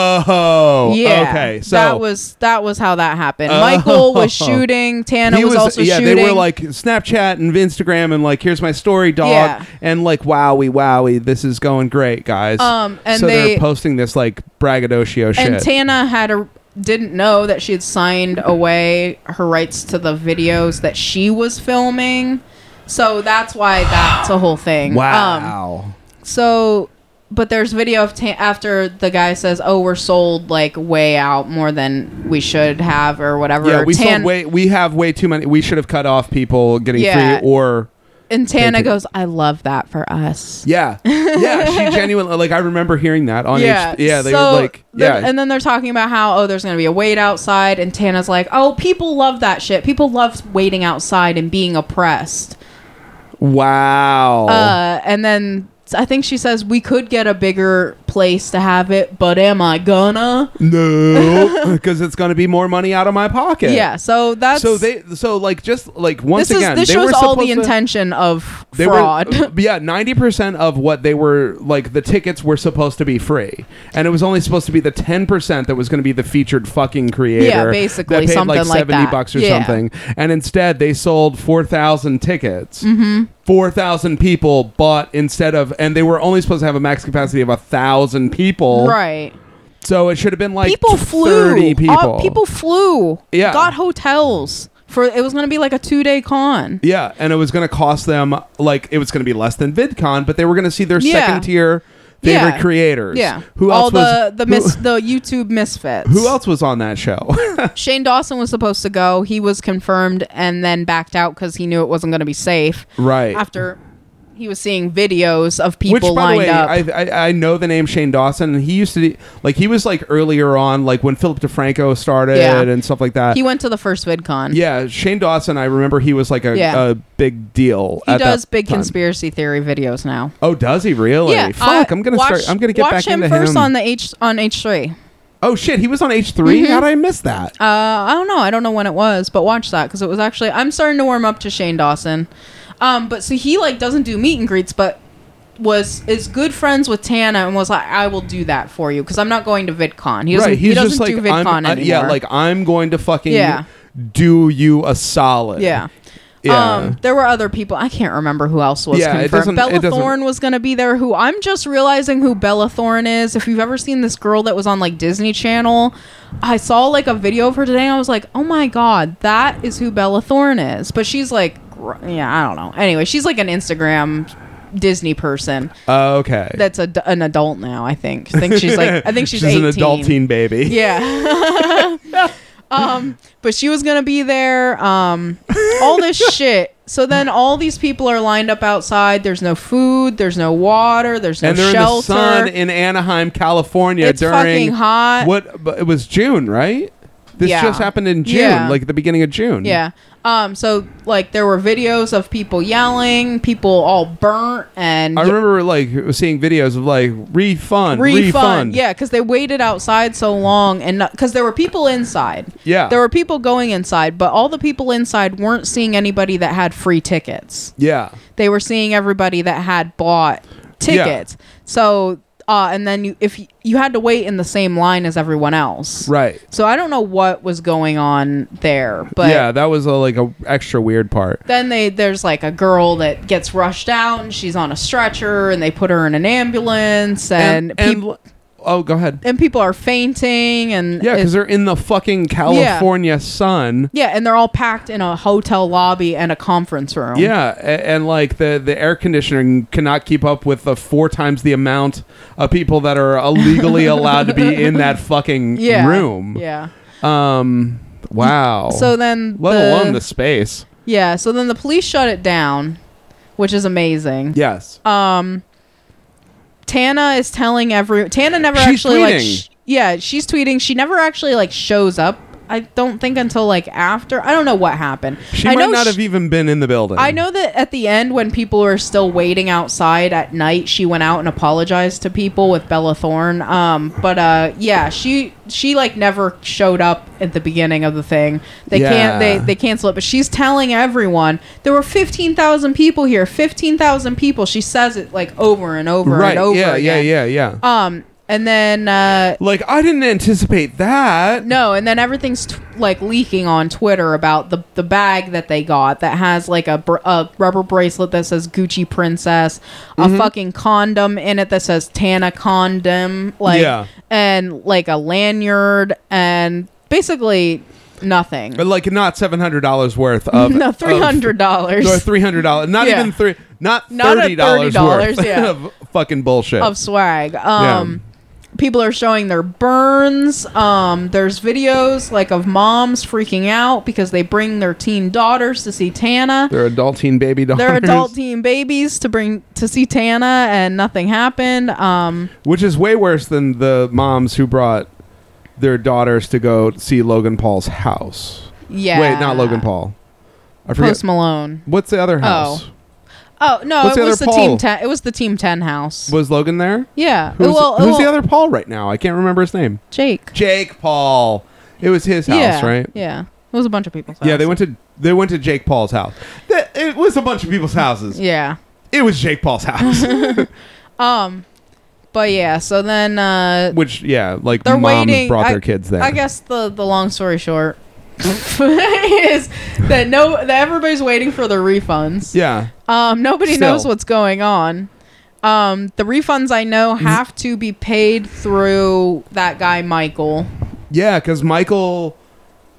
B: Oh.
C: yeah.
B: Okay. So
C: that was that was how that happened.
B: Oh.
C: Michael was shooting. Tana
B: he
C: was, also
B: yeah,
C: shooting.
B: they were like Snapchat and Instagram and like here's my story, dog,
C: Yeah.
B: and like wowie wowie, this is going great, guys.
C: Um, and
B: so
C: they-
B: are posting this like braggadocio shit.
C: And Tana had a didn't know that she had signed away her rights to the videos that she was filming. So that's why that's a whole thing. Um,
B: wow.
C: so, but there's video of Tan after the guy says, "Oh, we're sold like way out more than we should have or whatever."
B: yeah, we
C: Tan-
B: sold way. We have way too many. We should have cut off people getting
C: Yeah.
B: free or.
C: and Tana
B: Thank you.
C: goes, "I love that for us."
B: Yeah, yeah. She genuinely like I remember hearing that on
C: yeah,
B: H- yeah. They
C: so
B: were like
C: they're-
B: yeah,
C: and then they're talking about how oh, there's gonna be a wait outside, and Tana's like, oh, people love that shit. People love waiting outside and being oppressed.
B: wow.
C: Uh, and then I think she says we could get a bigger place to have it, but am I gonna?
B: no, because it's gonna be more money out of my pocket.
C: Yeah. so that's
B: So they so like just like once
C: This is
B: again
C: this
B: they
C: shows
B: were
C: all the
B: supposed to-
C: intention of
B: They
C: fraud.
B: Were, yeah, ninety percent of what they were like the tickets were supposed to be free, and it was only supposed to be the ten percent that was going to be the featured fucking creator.
C: Yeah, basically,
B: that paid
C: something
B: like
C: like
B: seventy
C: that.
B: bucks or
C: Yeah.
B: something, and instead they sold four thousand tickets.
C: Mm-hmm.
B: thousand people bought instead of, and they were only supposed to have a max capacity of a thousand people.
C: right.
B: So it should have been like
C: People flew.
B: thirty people.
C: Uh, people flew.
B: Yeah.
C: Got hotels for it was gonna be like a two day con.
B: Yeah, and it was going to cost them like it was going to be less than VidCon, but they were going to see their
C: Yeah.
B: second tier favorite
C: Yeah.
B: creators.
C: Yeah.
B: Who
C: All
B: else
C: the
B: was
C: the
B: who-
C: mis- the YouTube misfits.
B: Who, else was on that show?
C: Shane Dawson was supposed to go. He was confirmed and then backed out because he knew it wasn't going to be safe.
B: Right.
C: After he was seeing videos of people
B: Which, by the
C: lined
B: way,
C: up.
B: I, I I know the name Shane Dawson, and he used to be, like he was like earlier on, like when Philip DeFranco started
C: Yeah.
B: and stuff like that.
C: he went to the first VidCon.
B: yeah, Shane Dawson. I remember he was like a,
C: Yeah.
B: a big deal.
C: He
B: at
C: does
B: that
C: big
B: time.
C: conspiracy theory videos now.
B: Oh, does he really?
C: yeah.
B: Fuck,
C: I-
B: I'm gonna
C: watch-
B: start. I'm gonna get
C: watch
B: back
C: him
B: into
C: first
B: him.
C: on the H on H three.
B: oh shit, he was on H 3 How did I miss that?
C: Uh, I don't know. I don't know when it was, but watch that because it was actually. I'm starting to warm up to Shane Dawson. Um, but so he like doesn't do meet and greets, but was is good friends with Tana and was like, I will do that for you because I'm not going to VidCon. He doesn't.
B: right,
C: he
B: he's
C: doesn't
B: just like
C: do VidCon
B: I'm, uh,
C: anymore.
B: yeah, like I'm going to fucking
C: Yeah.
B: do you a solid.
C: yeah.
B: Yeah.
C: Um, there were other people. I can't remember who else was
B: Yeah, it doesn't-
C: confirmed. Bella
B: it doesn't-
C: Thorne was going to be there. Who I'm just realizing who Bella Thorne is. If you've ever seen this girl that was on like Disney Channel, I saw like a video of her today. And I was like, oh my god, that is who Bella Thorne is. But she's like, gr- yeah, I don't know. Anyway, she's like an Instagram Disney person
B: Uh, okay.
C: that's a, an adult now. I think. I think she's like. I think she's,
B: she's an
C: 18.
B: adult teen baby.
C: Yeah. um, but she was gonna be there. Um, all this shit. So then all these people are lined up outside. There's no food. There's no water. There's no
B: and they're in the
C: shelter.
B: sun in Anaheim, California
C: It's
B: during
C: fucking hot.
B: What? But it was June, right? This
C: Yeah.
B: just happened in June,
C: Yeah.
B: like at the beginning of June.
C: yeah. Um. So like there were videos of people yelling, people all burnt, and
B: I remember like seeing videos of like refund, refund.
C: Yeah, because they waited outside so long, and because there were people inside.
B: Yeah.
C: There were people going inside, but all the people inside weren't seeing anybody that had free tickets.
B: yeah.
C: they were seeing everybody that had bought
B: Yeah.
C: tickets. So uh, and then you, if you, you had to wait in the same line as everyone else,
B: Right.
C: So I don't know what was going on there, but
B: yeah, that was a, like a extra weird part.
C: then they there's like a girl that gets rushed out and she's on a stretcher and they put her in an ambulance and
B: and,
C: people
B: oh, go ahead.
C: and people are fainting and
B: Yeah,
C: it's-
B: because they're in the fucking California sun.
C: yeah, and they're all packed in a hotel lobby and a conference room.
B: Yeah, a- and, like the the air conditioning cannot keep up with the four times the amount of people that are illegally allowed to be in that fucking
C: yeah,
B: room.
C: Yeah.
B: Um. Wow.
C: So then,
B: let
C: the-
B: alone the space.
C: Yeah, so then the police shut it down, which is amazing.
B: Yes.
C: Tana is telling every Tana never
B: She's
C: actually like
B: tweeting.
C: sh- yeah, she's tweeting. She never actually like shows up. I don't think until like after. I don't know what happened.
B: she
C: I
B: might
C: know
B: not
C: sh-
B: have even been in the building.
C: I know that at the end when people were still waiting outside at night, she went out and apologized to people with Bella Thorne. Um, but uh, yeah, she she like never showed up at the beginning of the thing. They
B: Yeah.
C: can't they they cancel it, but she's telling everyone there were fifteen thousand people here, fifteen thousand people. She says it like over and over
B: Right.
C: and over.
B: yeah, yeah.
C: again.
B: Yeah. Yeah.
C: Um, and then
B: Uh,
C: uh,
B: like I didn't anticipate that.
C: no, and then everything's t- like leaking on Twitter about the the bag that they got that has like a, br- a rubber bracelet that says Gucci Princess,
B: Mm-hmm.
C: a fucking condom in it that says Tana condom, like
B: Yeah.
C: and like a lanyard and basically nothing.
B: But like not seven hundred dollars worth of
C: no,
B: of-
C: three hundred dollars
B: or three hundred dollars. Not
C: Yeah.
B: even three. Not
C: Not
B: thirty
C: at
B: dollars worth
C: $30, yeah.
B: of fucking bullshit.
C: of swag. Um, people are showing their burns. Um, there's videos like of moms freaking out because they bring their teen daughters to see Tana.
B: They're adult teen baby daughters.
C: They're adult teen babies to bring to see Tana, and nothing happened. Um,
B: which is way worse than the moms who brought their daughters to go see Logan Paul's house.
C: yeah.
B: Wait, not Logan Paul. I forget.
C: Post Malone.
B: What's the other house?
C: Oh no,
B: What's
C: it
B: the
C: was
B: other
C: the team
B: Paul?
C: ten. It was the team ten house.
B: Was Logan there?
C: yeah.
B: Who's,
C: well,
B: who's
C: well,
B: the other Paul right now? I can't remember his name.
C: Jake.
B: Jake Paul. It was his house,
C: yeah.
B: right?
C: Yeah. It was a bunch of people's.
B: Yeah, they
C: houses.
B: went to they went to Jake Paul's house. That- It was a bunch of people's houses.
C: Yeah. Um,
B: It was Jake Paul's house,
C: But yeah. So then. Uh,
B: which yeah, like
C: they're
B: moms
C: waiting.
B: brought
C: I,
B: their kids there.
C: I guess the the long story short is that no that everybody's waiting for the refunds.
B: Yeah.
C: Um, nobody
B: Still.
C: knows what's going on. Um, the refunds I know have to be paid through that guy Michael.
B: Yeah, because Michael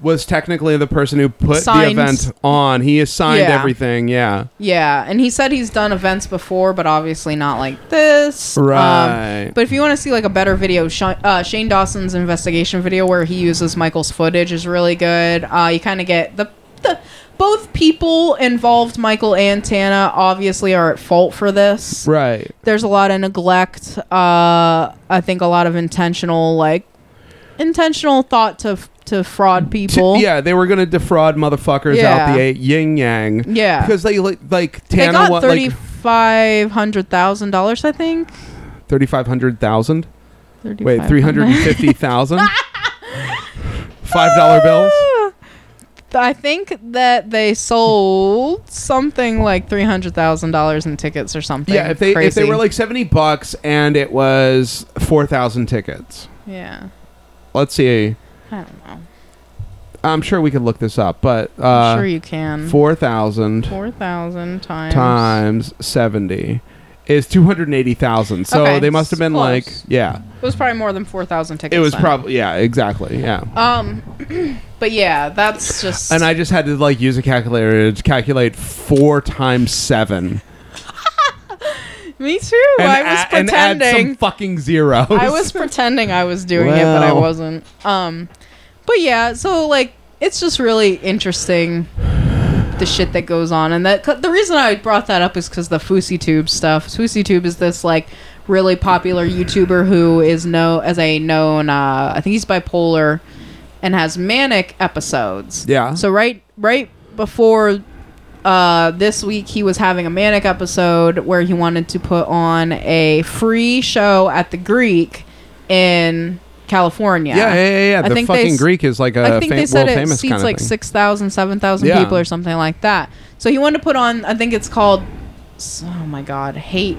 B: was technically the person who put
C: Signed-
B: the event on. He assigned
C: Yeah.
B: everything. Yeah,
C: Yeah, and he said he's done events before, but obviously not like this. Um,
B: Right.
C: but if you want to see like a better video, Sh- uh, Shane Dawson's investigation video where he uses Michael's footage is really good. Uh, you kind of get the the both people involved, Michael and Tana, obviously are at fault for this.
B: right.
C: There's a lot of neglect. Uh, I think a lot of intentional like intentional thought to f- to fraud people.
B: yeah, they were gonna defraud motherfuckers out
C: Yeah.
B: the eight yin yang.
C: Yeah.
B: because they like like
C: They
B: Tana
C: got
B: what,
C: thirty
B: like
C: five hundred thousand dollars, I think.
B: thirty five hundred thousand. Wait,
C: 3500.
B: three hundred and fifty thousand. Five dollar bills.
C: Ah! I think that they sold something like three hundred thousand dollars in tickets or something.
B: Yeah, if they if
C: crazy.
B: they were like seventy bucks and it was four thousand tickets.
C: yeah,
B: Let's see.
C: I don't know.
B: I'm sure we could look this up, but uh,
C: sure you can.
B: four thousand
C: Four thousand times.
B: times seventy is two hundred eighty thousand. So
C: Okay,
B: they must have been like,
C: close.
B: yeah,
C: It was probably more than four thousand tickets.
B: it was
C: then.
B: probably yeah, exactly, yeah.
C: Um, but yeah, that's just.
B: and I just had to like use a calculator to calculate four times seven
C: Me too.
B: and,
C: I was
B: add- and add some
C: pretending.
B: fucking zeros.
C: I was pretending I was doing it, but I
B: Wow.
C: wasn't. Um, but yeah, so like it's just really interesting the shit that goes on, and that 'cause the reason I brought that up is because the Fousey Tube stuff. Fousey Tube is this like really popular YouTuber who is known as a known. Uh, I think he's bipolar and has manic episodes.
B: Yeah.
C: So right, right before uh, this week he was having a manic episode where he wanted to put on a free show at the Greek in California.
B: yeah, yeah, yeah. yeah.
C: I
B: the
C: think they
B: fucking
C: s-
B: Greek is like a
C: I think
B: fam-
C: they said
B: world
C: it
B: famous
C: seats
B: kind of
C: like
B: thing.
C: six thousand, seven thousand 7,000
B: Yeah.
C: people or something like that. So he wanted to put on, I think it's called, s- oh my God, hate.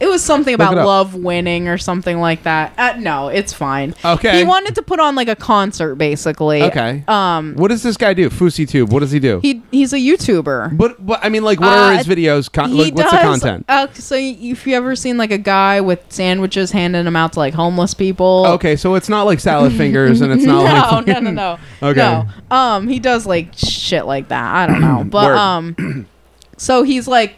C: It was something about
B: it up.
C: love winning or something like that. Uh, no, it's fine.
B: Okay.
C: He wanted to put on like a concert basically.
B: Okay.
C: Um,
B: what does this guy do? Fousey Tube. What does he do?
C: he, he's a YouTuber.
B: But, but I mean, like, what are
C: Uh,
B: his videos? Con-
C: He
B: like, what's the
C: does-
B: content?
C: Uh, so y- if you ever seen like a guy with sandwiches handing them out to like homeless people.
B: okay, so it's not like salad fingers, and it's Oh, not like
C: No, no,
B: fucking-
C: no, no.
B: Okay.
C: No. Um, he does like shit like that. I don't know, but
B: Word.
C: um, so he's like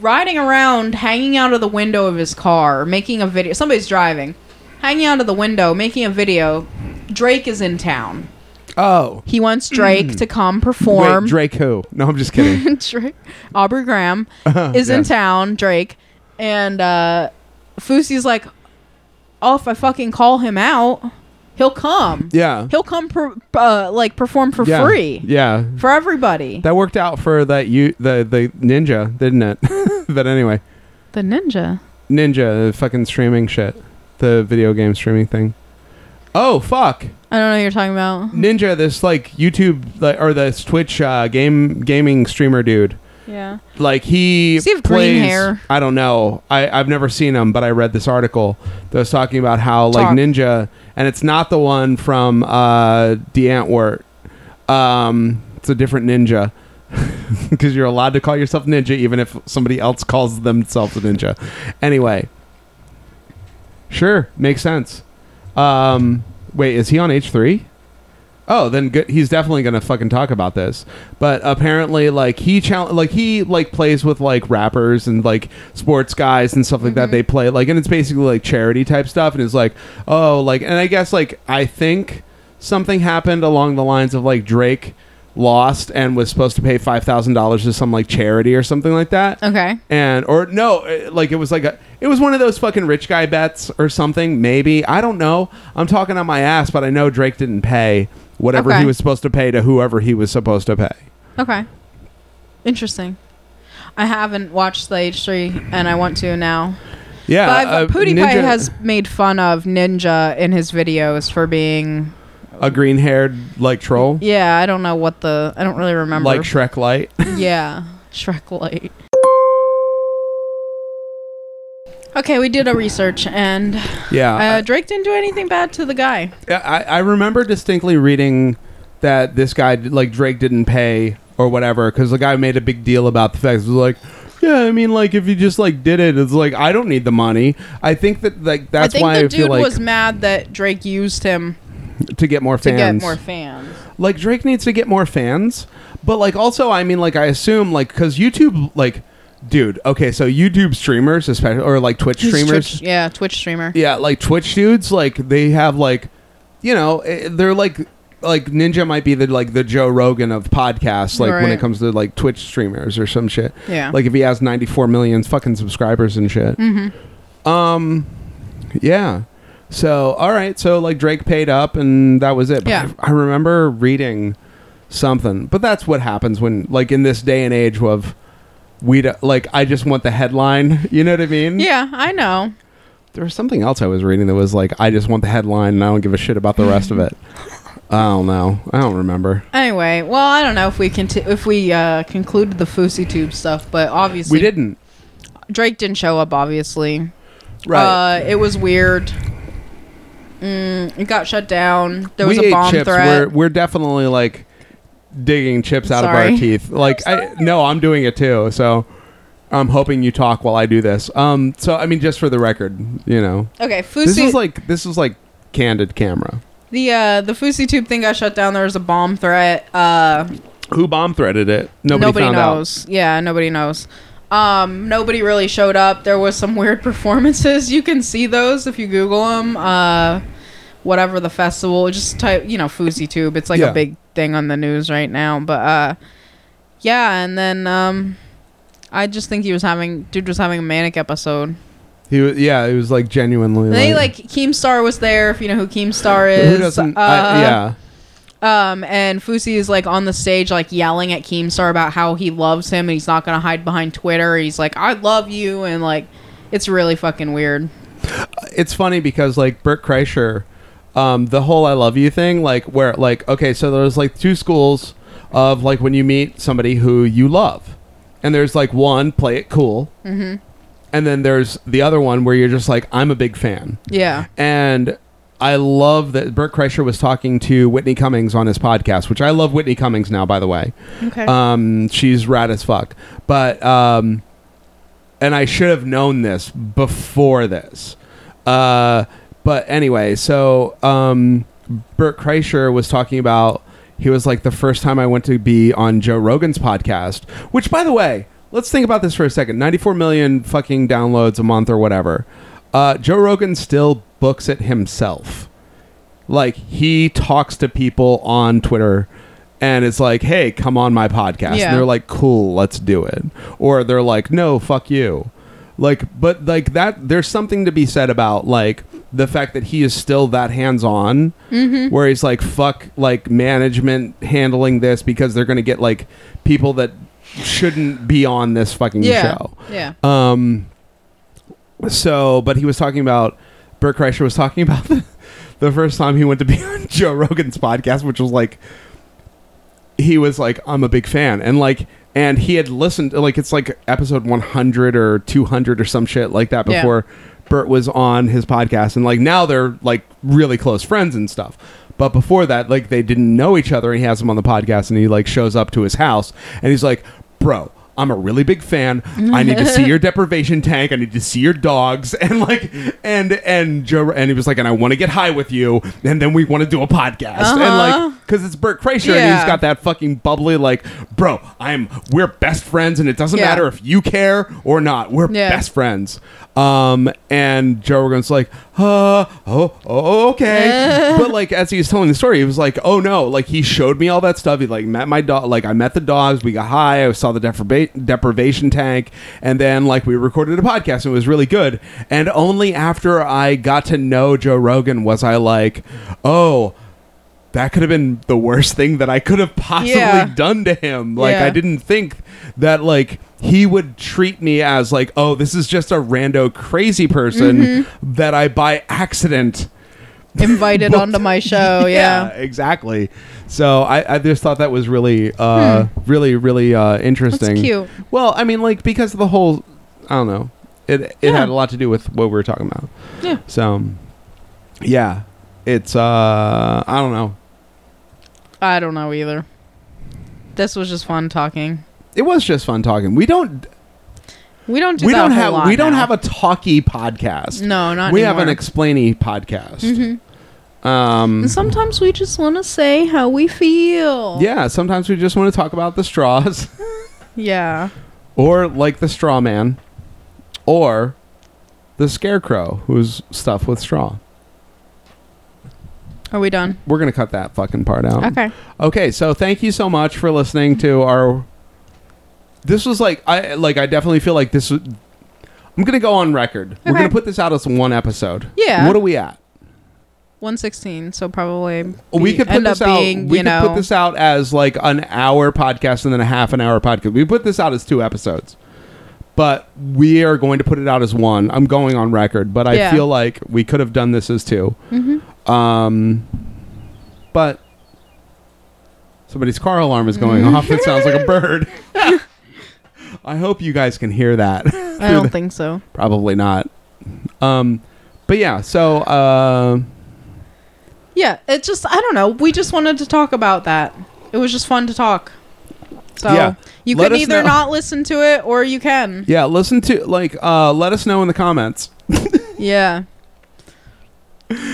C: riding around, hanging out of the window of his car, making a video. Somebody's driving, hanging out of the window, making a video. Drake is in town.
B: Oh,
C: He wants Drake to come perform.
B: wait, Drake who? No, I'm just kidding.
C: Drake, Aubrey Graham is
B: Uh-huh. yeah.
C: in town, Drake, and uh, Fousey's like, "Oh, if I fucking call him out, he'll come.
B: Yeah.
C: he'll come per, uh, like perform for
B: yeah.
C: free
B: Yeah,
C: for everybody."
B: that worked out for that you the the ninja, didn't it? but anyway,
C: the ninja.
B: ninja, the fucking streaming shit, the video game streaming thing. Oh fuck,
C: I don't know what you're talking about.
B: ninja, this like YouTube like, or this Twitch uh, game gaming streamer dude.
C: Yeah.
B: like he
C: Does he have
B: plays,
C: green hair?
B: I don't know. I, I've never seen him, but I read this article that was talking about how
C: Talk.
B: like Ninja, and it's not the one from uh, the Antwort. Um, it's a different Ninja because you're allowed to call yourself Ninja even if somebody else calls themselves a Ninja. Anyway, sure, makes sense. Um, wait, is he on H three? Oh, then good. He's definitely gonna fucking talk about this. But apparently, like he challenge, like he like plays with like rappers and like sports guys and stuff like that. They play like, and it's basically like charity type stuff. And it's like, oh, like, and I guess like I think something happened along the lines of like Drake lost and was supposed to pay five thousand dollars to some like charity or something like that
C: Okay.
B: and or no it- like it was like a it was one of those fucking rich guy bets or something maybe i don't know i'm talking on my ass but i know drake didn't pay whatever
C: Okay.
B: he was supposed to pay to whoever he was supposed to pay
C: Okay. Interesting. I haven't watched the H3 and I want to now.
B: yeah
C: But I've-
B: uh,
C: PewDiePie
B: Ninja-
C: has made fun of Ninja in his videos for being
B: a green haired like troll
C: Yeah, I don't know what the I don't really remember.
B: like shrek light
C: yeah, Shrek Light. Okay, we did a research and
B: yeah
C: uh, Drake didn't do anything bad to the guy.
B: Yeah, I, I remember distinctly reading that this guy, like Drake, didn't pay or whatever because the guy made a big deal about the fact. It was like, yeah, I mean, like if you just like did it, it's like I don't need the money. I think that like that's
C: I think
B: why
C: the
B: I feel
C: dude
B: like
C: was mad that Drake used him
B: to get more
C: to
B: fans.
C: get more fans.
B: like Drake needs to get more fans, but like also, I mean, like I assume like because YouTube, like, dude, okay, so YouTube streamers, especially or like Twitch streamers,
C: Twitch, yeah, Twitch streamer.
B: yeah like twitch dudes like they have like you know eh, they're like like ninja might be the like the joe rogan of podcasts like when
C: Right.
B: it comes to like twitch streamers or some shit
C: Yeah.
B: like if he has 94 million fucking subscribers and shit mm-hmm. um yeah so all right so like drake paid up and that was it But
C: Yeah.
B: I, I remember reading something but that's what happens when like in this day and age of we do, like i just want the headline you know what i mean
C: Yeah, I know.
B: there was something else I was reading that was like, I just want the headline and I don't give a shit about the rest of it. I don't know. I don't remember.
C: Anyway, well, I don't know if we conti- if we uh, concluded the Fousey tube stuff, but obviously
B: We didn't.
C: Drake didn't show up. Obviously,
B: Right.
C: Uh, it was weird. It got shut down. There was
B: we
C: a
B: ate
C: bomb
B: chips.
C: threat.
B: We're we're definitely like digging chips out of
C: Sorry.
B: our teeth. Like I no, I'm doing it too. So I'm hoping you talk while I do this. Um, so I mean, just for the record, you know,
C: okay,
B: this
C: Fusi.
B: is like this is like candid camera.
C: the uh, the Fusi tube thing got shut down. There was a bomb threat. Uh,
B: Who bomb threaded it? Nobody,
C: nobody
B: found out.
C: knows. Yeah, nobody knows. Um, nobody really showed up. There was some weird performances. You can see those if you Google them. Uh, whatever the festival, just type you know Fousey Tube. It's like
B: Yeah.
C: a big thing on the news right now. But uh, yeah, and then um, I just think he was having dude was having a manic episode.
B: He was, yeah, it was like genuinely.
C: They like Keemstar was there if you know who Keemstar is.
B: who doesn't? I-
C: Uh,
B: yeah,
C: um, and Fusi is like on the stage, like yelling at Keemstar about how he loves him and he's not gonna hide behind Twitter. He's like, "I love you," and like, it's really fucking weird.
B: it's funny because like Bert Kreischer, um, the whole "I love you" thing, like where like okay, so there's like two schools of like when you meet somebody who you love, and there's like one play it cool, mm-hmm. and then there's the other one where you're just like I'm a big fan,
C: Yeah,
B: and I love that Bert Kreischer was talking to Whitney Cummings on his podcast, which I love Whitney Cummings now, by the way.
C: Okay.
B: Um, she's rad as fuck. But, um, and I should have known this before this. Uh, but anyway, so um, Bert Kreischer was talking about, he was like, the first time I went to be on Joe Rogan's podcast, which, by the way, let's think about this for a second 94 million fucking downloads a month or whatever. Uh, Joe Rogan still books it himself like he talks to people on Twitter and it's like, "Hey, come on my podcast."
C: Yeah.
B: And they're like, "Cool, let's do it." Or they're like, "No, fuck you." Like but like that there's something to be said about like the fact that he is still that hands-on
C: Mm-hmm.
B: where he's like fuck like management handling this because they're going to get like people that shouldn't be on this fucking
C: yeah,
B: show. Um,
C: yeah.
B: So, but he was talking about Bert Kreischer was talking about the, the first time he went to be on Joe Rogan's podcast, which was like he was like, "I'm a big fan," and like, and he had listened like it's like episode 100 or 200 or some shit like that
C: Yeah.
B: before Bert was on his podcast, and like now they're like really close friends and stuff. But before that, like they didn't know each other, and he has him on the podcast, and he like shows up to his house, and he's like, "Bro." I'm a really big fan. I need to see your deprivation tank. I need to see your dogs. And like, and and Joe and he was like, and I want to get high with you. And then we want to do a podcast. And
C: Uh-huh.
B: like, because it's Bert Kreischer, and he's
C: Yeah.
B: got that fucking bubbly like, bro, I'm we're best friends, and it doesn't
C: Yeah.
B: matter if you care or not. We're
C: Yeah.
B: best friends. Um, and Joe Rogan's like, uh, oh, oh, okay. but like, as he was telling the story, he was like, oh no, like he showed me all that stuff. He like met my dog, like I met the dogs, we got high, I saw the depriva- deprivation tank, and then like we recorded a podcast, and it was really good. And only after I got to know Joe Rogan was I like, oh, that could have been the worst thing that I could have possibly
C: Yeah.
B: done to him. Like
C: Yeah.
B: I didn't think that like he would treat me as like, oh, this is just a rando crazy person
C: Mm-hmm.
B: that I by accident.
C: Invited onto my show. Oh, Yeah.
B: exactly. So I, I just thought that was really, uh, really, really uh, interesting.
C: Hmm. cute.
B: Well, I mean, like because of the whole, I don't know, it it
C: Yeah.
B: had a lot to do with what we were talking about.
C: Yeah.
B: So, yeah, it's uh, I don't know.
C: I don't know either. This was just fun talking.
B: It was just fun talking. We don't
C: We don't do
B: we
C: that
B: don't
C: a whole
B: have
C: lot
B: we don't
C: now.
B: have a talky podcast.
C: No, not
B: we have
C: anymore. Mm-hmm.
B: an explainy podcast. Um,
C: And sometimes we just want to say how we feel.
B: yeah, sometimes we just want to talk about the straws
C: Yeah.
B: or like the straw man or the scarecrow who's stuffed with straw.
C: Are we done?
B: We're going to cut that fucking part out.
C: Okay.
B: Okay, so thank you so much for listening to our This was like I like I definitely feel like this was- I'm going to go on record. We're
C: Okay.
B: going to put this out as one episode.
C: Yeah.
B: What are we at?
C: 116, so probably
B: we
C: be-
B: could put
C: end
B: this
C: up
B: out.
C: being,
B: we
C: you
B: could
C: know,
B: put this out as like an hour podcast and then a half an hour podcast. We put this out as two episodes, but we are going to put it out as one. I'm going on record, but I
C: Yeah. Mm-hmm.
B: feel like we could have done this as 2 Um, but somebody's car alarm is going off. It sounds like a bird. I hope you guys can hear that.
C: I don't think so.
B: Probably not. Um, but yeah, so uh,
C: Yeah, it just I don't know. We just wanted to talk about that. It was just fun to talk. So
B: Yeah.
C: you
B: Let
C: can
B: us
C: either
B: know.
C: not listen to it or you can.
B: Yeah, listen to like uh, let us know in the comments.
C: Yeah.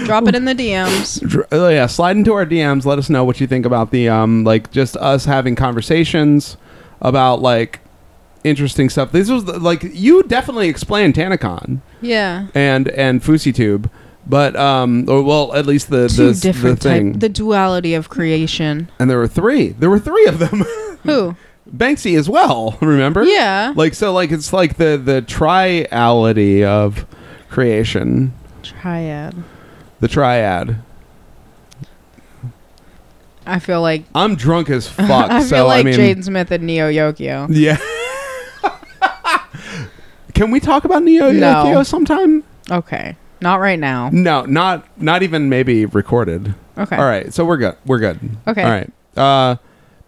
C: Drop it in the DMs.
B: Dr- oh, yeah, slide into our DMs. Let us know what you think about the um, like just us having conversations about like interesting stuff. This was the- like you definitely explained Tanacon
C: Yeah.
B: and and Fousey Tube, but um, or well, at least the the, the thing.
C: the duality of creation.
B: and there were three. There were three of them.
C: Who?
B: Banksy as well. Remember?
C: Yeah.
B: Like so, like it's like the the triality of creation,
C: Triad.
B: the triad.
C: I feel like
B: I'm drunk as fuck.
C: I feel
B: so
C: like
B: I mean,
C: Jaden Smith and Neo Yokio.
B: Yeah. Can we talk about Neo
C: No.
B: Yokio sometime?
C: Okay. Not right now.
B: No, not not even maybe recorded.
C: Okay.
B: All right, so we're good. We're good.
C: Okay.
B: All right. Uh,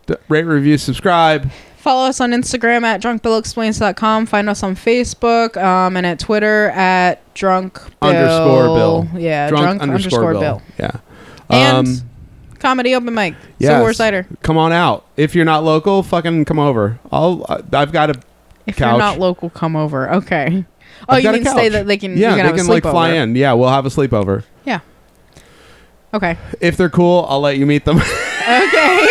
B: d- rate, review, subscribe.
C: Follow us on Instagram at drunkbillexplains.com. Find us on Facebook um, and at Twitter at drunk
B: Underscore Bill.
C: Yeah, drunk, underscore, bill.
B: Yeah.
C: And
B: Um,
C: comedy open mic.
B: yes.
C: Civil War Cider.
B: Come on out. If you're not local, fucking come over. I'll. I- I've got a.
C: If
B: couch.
C: you're not local, come over. Okay. Oh,
B: I've
C: you
B: got a
C: mean say
B: couch.
C: that they can?
B: Yeah,
C: you can
B: they
C: have a
B: can like fly
C: sleepover.
B: in. Yeah, we'll have a sleepover.
C: Yeah. Okay.
B: If they're cool, I'll let you meet them.
C: Okay.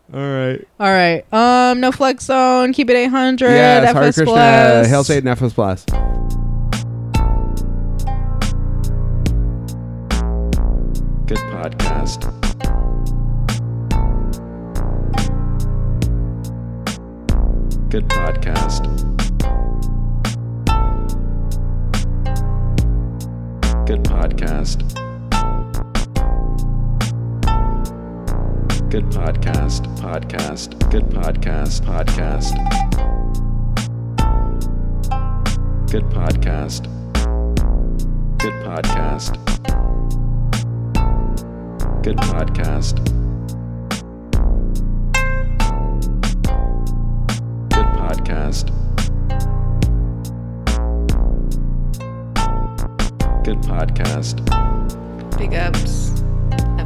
B: All right.
C: All right. Um, no flex zone. Keep it eight hundred.
B: Yes,
C: FS
B: Hare Krishna.
C: Plus.
B: Hail Satan, FS Plus.
F: Good podcast. Good podcast. Good podcast. Good podcast. Podcast. Good podcast. Podcast. Good podcast. Good podcast. Good podcast. Good podcast. Good podcast.
G: Big ups.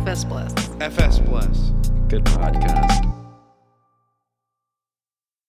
G: FS Plus.
D: FS Plus.
F: Good podcast.